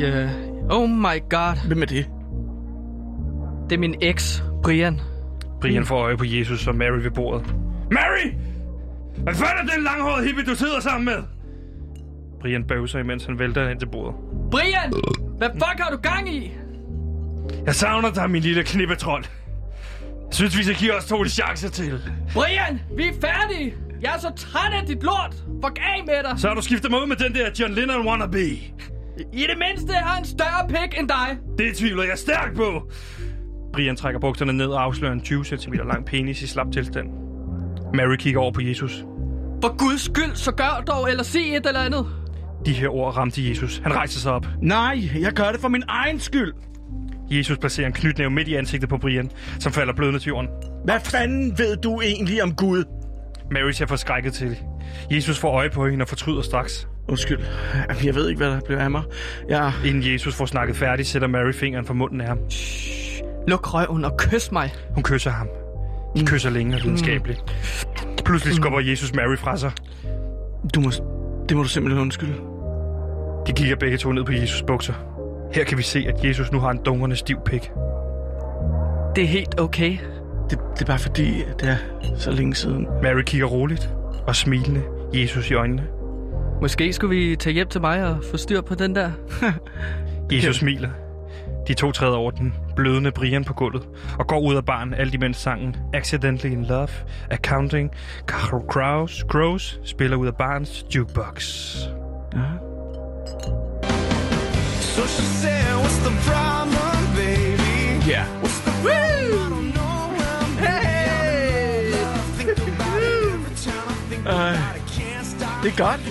Yeah. Oh my god.
Hvem er det?
Det er min eks, Brian.
Brian får øje på Jesus og Mary ved bordet. Mary! Hvad fanden er den langhårede hippie, du sidder sammen med? Brian bøvser, imens han vælter ind til bordet.
Brian! Hvad fuck har du gang i?
Jeg savner dig, min lille knippetrol. Jeg synes, vi skal give os to en chance til.
Brian, vi er færdige! Jeg er så træt af dit lort! Fuck af med dig!
Så har du skiftet mig ud med den der John Lennon wannabe.
I det mindste har jeg en større pik end dig.
Det tvivler jeg stærkt på. Brian trækker bukserne ned og afslører en 20 cm lang penis i slap tilstand. Mary kigger over på Jesus.
For guds skyld, så gør dog eller sig et eller andet.
De her ord ramte Jesus. Han rejser sig op.
Nej, jeg gør det for min egen skyld!
Jesus placerer en knytnæve midt i ansigtet på Brian, som falder blødende til jorden.
Hvad fanden ved du egentlig om Gud?
Mary ser forskrækket til. Jesus får øje på hende og fortryder straks.
Undskyld, Jamen, jeg ved ikke, hvad der blev af mig. Jeg...
Inden Jesus får snakket færdigt, sætter Mary fingeren for munden af ham.
Luk røven og kys mig.
Hun kysser ham. De kysser længe og videnskabeligt. Pludselig skubber Jesus Mary fra sig.
Du må... Det må du simpelthen undskylde.
De kigger begge to ned på Jesus' bukser. Her kan vi se, at Jesus nu har en dungrende stiv pik.
Det er helt okay.
Det, det er bare fordi, at det er så længe siden.
Mary kigger roligt og smilende Jesus i øjnene.
Måske skulle vi tage hjem til mig og få styr på den der.
Jesus smiler. De to træder over den blødende Brian på gulvet og går ud af baren, alt imens sangen Accidentally in Love, Accounting, Caro Crows, Crows spiller ud af barens jukebox.
So she said, What's the problem, baby? Yeah. What's the problem? Hey!
Det er godt.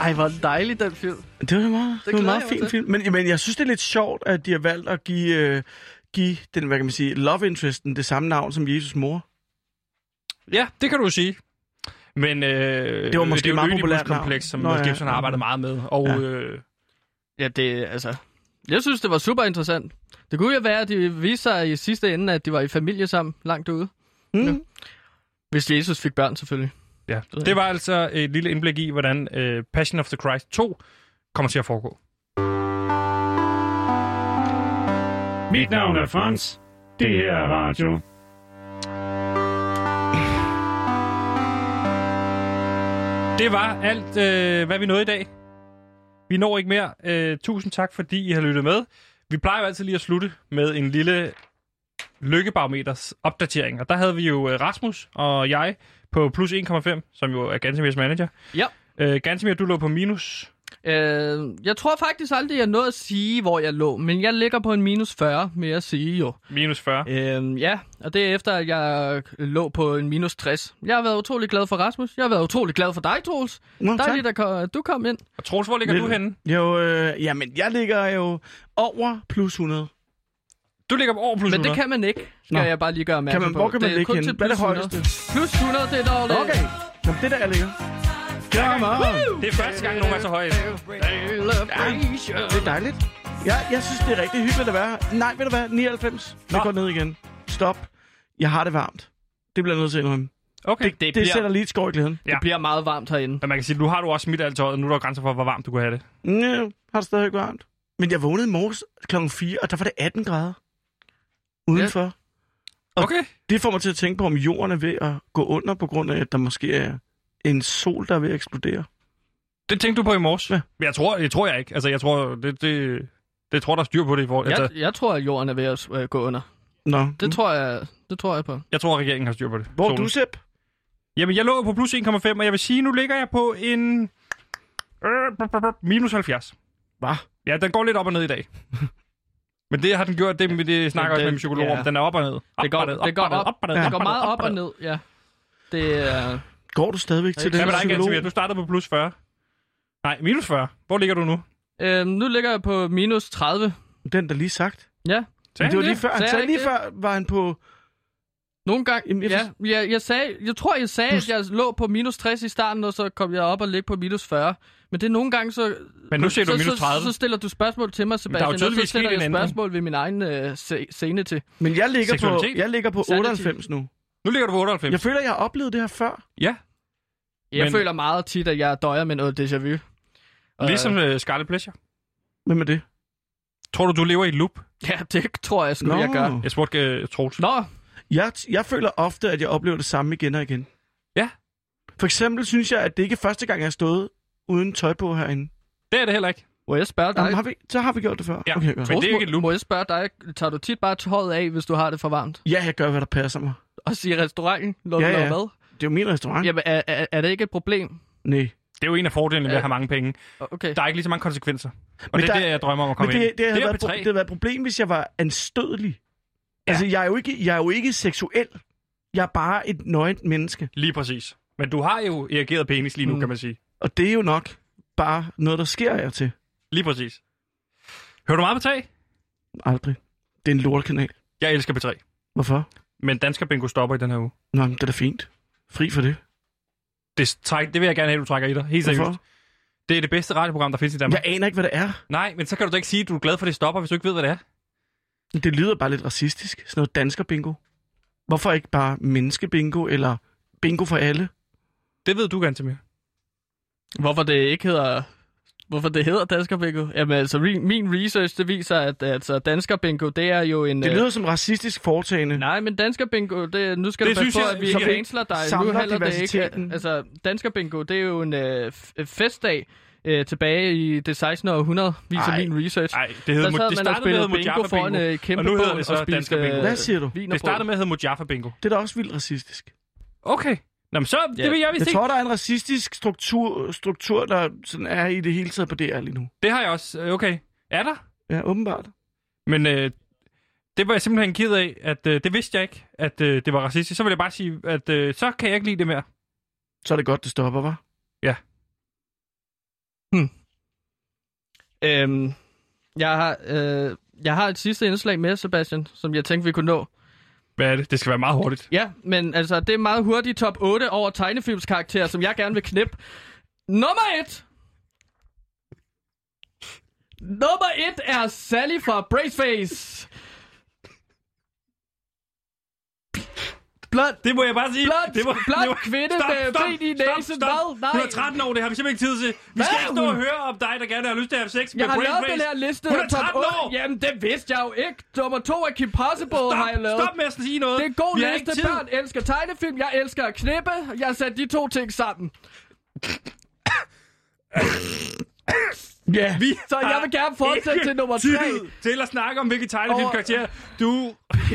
Ej, hvor dejlig den film.
Det var da meget, det var
glæder
en meget
jeg mig
fin
til.
film. Men, men jeg synes, det er lidt sjovt, at de har valgt at give, øh, give den, hvad kan man sige, love interesten det samme navn som Jesus' mor.
Ja, det kan du sige. Men øh,
Det var måske
det er jo
meget
et
populært
Ødipus-kompleks,
navn.
som
Nå,
Mel
ja.
Gibson har arbejdet meget med. Og
Ja.
ja. øh,
Ja, det altså... Jeg synes, det var super interessant. Det kunne jo være, at det viste sig i sidste ende, at de var i familie sammen langt ude.
Mm.
Hvis Jesus fik børn, selvfølgelig.
ja. det var altså et lille indblik i, hvordan øh, Passion of the Christ 2 kommer til at foregå.
Mit navn er Frans. Det her er radio.
Det var alt, øh, hvad vi nåede i dag. Vi når ikke mere. Øh, tusind tak, fordi I har lyttet med. Vi plejer jo altid lige at slutte med en lille lykkebarometers opdatering. Og der havde vi jo øh, Rasmus og jeg på plus 1,5, som jo er Gansemirs manager.
Ja.
Øh, Gansimir, du lå på minus.
Øh, jeg tror faktisk aldrig, jeg nåede at sige, hvor jeg lå, men jeg ligger på en minus 40, med at sige jo.
Minus 40.
Øh, ja, og det er efter, at jeg lå på en minus 60. Jeg har været utrolig glad for Rasmus. Jeg har været utrolig glad for dig, Troels.
Nå, tak.
Dejligt, at ko- at du kom ind.
Og Troels, hvor ligger
Lidt.
du henne?
Jo, øh, jamen, jeg ligger jo over plus 100.
Du ligger på over plus
Men det
100.
kan man ikke, skal
Nå.
Nå. jeg bare lige gøre opmærksom
Kan man,
på.
hvor kan man
det er
ligge
kun
henne?
til
Hvad er det
plus 100.
højeste?
Plus 100, det er dårligt.
Okay, jamen, det er der, jeg ligger. Come on!
Det er første gang, nogen er så høj.
Det er dejligt. Ja, jeg synes, det er rigtig hyggeligt at være her. Nej, ved du hvad? 99. Vi
Nå.
går ned igen. Stop. Jeg har det varmt. Det bliver jeg nødt til at indrømme.
Okay. Det,
Det, det sætter lige et skår i glæden.
Det bliver meget varmt herinde.
Men man kan sige, nu har du også smidt alt tøjet, og nu er der jo grænser for, hvor varmt du kunne have det.
Nå, har det stadig varmt. Men jeg vågnede i morges klokken 4, og der var det 18 grader udenfor. Ja.
Okay.
Det får mig til at tænke på, om jorden er ved at gå under, på grund af, at der måske er en sol, der er ved at eksplodere.
Det tænkte du på i morges.
Ja.
Men jeg tror, jeg tror jeg ikke. Altså, jeg tror, det, det, Det tror der er styr på det i forhold.
Jeg,
altså,
jeg tror, at jorden er ved at øh, gå under.
Nå.
Det tror jeg, det tror jeg på.
jeg tror, regeringen har styr på det.
Hvor er
Solen.
du, Sepp?
Jamen, jeg lå på plus 1,5, og jeg vil sige, nu ligger jeg på en... Øh, bup, bup, bup, minus 70.
Hvad?
Ja, den går lidt op og ned i dag. Men det har den gjort, det, det snakker jeg også
den-
med min psykolog om.
ja.
Den er op og ned. Op
Det går,
og ned,
det går
og ned,
op,
og ned,
det går
og
meget
ned,
op og ned, ja. Det er...
Går du stadigvæk til
Hvad
Hvad
den
med dig,
psykolog?
Gansimir? Du startede på plus 40. Nej, minus 40. Hvor ligger du nu?
Øh, nu ligger jeg på minus 30.
Den, der lige sagt.
Ja,
Sagde han
Men det var lige før. Han
Sagde
sagde
jeg
lige
ikke
før, var han på...
nogle gange.
Jamen, jeg
Ja, jeg, jeg, sagde, jeg tror, jeg sagde, at jeg lå på minus 60 i starten, og så kom jeg op og ligge på minus 40. Men det er nogle gange, så...
Men nu ser du
så,
minus 30.
Så, så stiller du spørgsmål til mig,
der er jo
Sebastian, og så
tydeligvis
stiller
sket
jeg
en ændring.
spørgsmål ved min egen øh, se- scene til.
Men jeg ligger
Seksualitet.
på, jeg ligger på
Sanity.
98 nu.
Nu ligger du på 98.
Jeg føler, jeg har oplevet det her før.
Ja,
Jeg
Men-
men... føler meget tit, at jeg døjer med noget déjà vu. Og-
ligesom øh, Scarlet Pleasure.
Hvem er det?
Tror du, du lever i et loop?
øh, Ja, det tror jeg sgu, no. jeg gør.
Jeg spurgte øh, Troels.
Nå,
Jeg, jeg føler ofte, at jeg oplever det samme igen og igen.
Ja.
For eksempel synes jeg, at det ikke er første gang, jeg har stået uden tøj på herinde.
Det er det heller ikke.
må jeg spørge dig?
Jamen, har vi, så har vi gjort det før.
Ja.
Okay, godt.
Men det er jo ikke et
må,
loop.
må jeg spørge dig, tager du tit bare tøjet af, hvis du har det for varmt?
ja, jeg gør, hvad der passer mig.
Og siger restauranten, når
Ja,
ja, du
ja.
laver mad?
Det er jo min restaurant.
Jamen, er, er, er det ikke et problem?
Nej.
Det er jo en af fordelene ved at
Ja.
have mange penge.
Okay.
Der er ikke lige så mange konsekvenser. Og
Men
det er
der-
det, jeg drømmer om at
Men
komme
det,
ind. i.
det, det, havde
er
været,
P3.
pro- det havde været et problem, hvis jeg var anstødelig. Ja. Altså, jeg er, jo ikke, jeg er jo ikke seksuel. Jeg er bare et nøgent menneske.
Lige præcis. Men du har jo erigeret penis lige nu, mm. kan man sige.
Og det er jo nok bare noget, der sker jeg til.
Lige præcis. Hører du meget på 3?
Aldrig. Det er en lortkanal.
Jeg elsker på 3.
Hvorfor?
Men Dansker Bingo stopper i den her uge.
Nå, men det er da fint. Fri for det.
Det, træk, det vil jeg gerne have, du trækker i dig. Helt seriøst.
Hvorfor?
Det er det bedste radioprogram, der findes i Danmark.
Jeg
Ja.
aner ikke, hvad det er.
Nej, men så kan du da ikke sige, at du er glad for, at det stopper, hvis du ikke ved, hvad det er.
Det lyder bare lidt racistisk. Sådan noget dansker bingo. Hvorfor ikke bare menneske bingo eller bingo for alle?
Det ved du, Gantemir.
Hvorfor det ikke hedder... Hvorfor det hedder Dansker Bingo? Jamen altså, re- min research, det viser, at altså, Dansker Bingo, det er jo en...
Det
øh,
lyder som racistisk foretagende.
Nej, men Dansker Bingo, det, nu skal
Det
det du
synes
passe
jeg-
på, at vi
som
ikke
vi
ansler dig. Nu
samler
handler det ikke.
diversiteten.
Altså, Dansker Bingo, det er jo en øh, f- øh, festdag øh, tilbage i det 16. århundrede, viser
Ej.
min research.
Nej, det
Der
hedder,
sad
mo- det
man og
startede med at
spillede
hedde
bingo
Mojaffa
foran
Bingo.
øh, kæmpe
Og nu hedder
bål
det så
og spiste
Dansker Bingo.
øh,
Hvad siger du?
vin og
Det startede
brød.
med at hedde Mojaffa Bingo.
Det er da også vildt racistisk.
Okay. Nå, men så, ja. det vil jeg
Jeg
vist ikke.
tror, der er en racistisk struktur, struktur der sådan er i det hele taget på DR lige nu.
Det har jeg også. Øh, Okay. Er der?
Ja, åbenbart.
Men øh, det var jeg simpelthen ked af, at øh, det vidste jeg ikke, at øh, det var racistisk. Så vil jeg bare sige, at øh, så kan jeg ikke lide det mere.
Så er det godt, det stopper, var.
Øhm, jeg, har, øh, jeg har et sidste indslag med, Sebastian, som jeg tænkte, vi kunne nå.
Hvad er det? Det skal være meget hurtigt.
Ja, men altså, det er meget hurtigt top 8 over tegnefilmskarakterer, som jeg gerne vil knippe. Nummer 1! Nummer 1 er Sally fra Braceface. Blond,
Det må jeg bare sige.
Blond-
det må,
blond kvinde med ben i næsen. Hvad? Nej.
Hun er 13 år, det har vi simpelthen ikke tid til. Vi skal
Hvad?
ikke stå og høre om dig, der gerne har lyst til at have sex med
jeg har
Brain
lavet
Face.
den her liste.
Hun er
af top
13
8.
år.
Jamen, det vidste jeg jo ikke. Nummer 2 er Kim Possible, har jeg lavet.
Stop, stop med at sige noget.
Det er en god
Vi har ikke
liste.
tid.
Børn elsker tegnefilm. Jeg elsker at knippe. Jeg satte de to ting sammen.
Ja,
Vi
Så jeg
har
vil gerne fortsætte
ikke
til nummer
tid
tre.
til at snakke om, hvilke tegnefilmkarakterer du...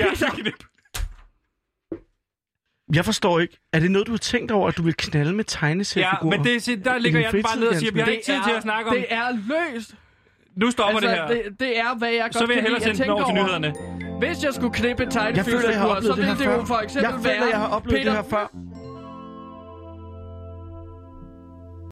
Ja,
jeg forstår ikke. Er det noget, du har tænkt over, at du vil knalde med
ja,
tegneseriefigurer?
men det, er- der ligger
din
jeg bare ned og siger,
fritid,
vi har ikke tid til at snakke om...
Det er løst.
Nu stopper det her.
det, det er, hvad jeg godt
Så vil jeg
kan
hellere
lide.
sende den over til
tænker
nyhederne.
Hvis jeg skulle knippe
Jeg føler, jeg har
tegnefilmsfigurer,
oplevet
så
det her
ville det jo
før.
for eksempel
Jeg føler,
være
jeg har oplevet
Peter,
det her før.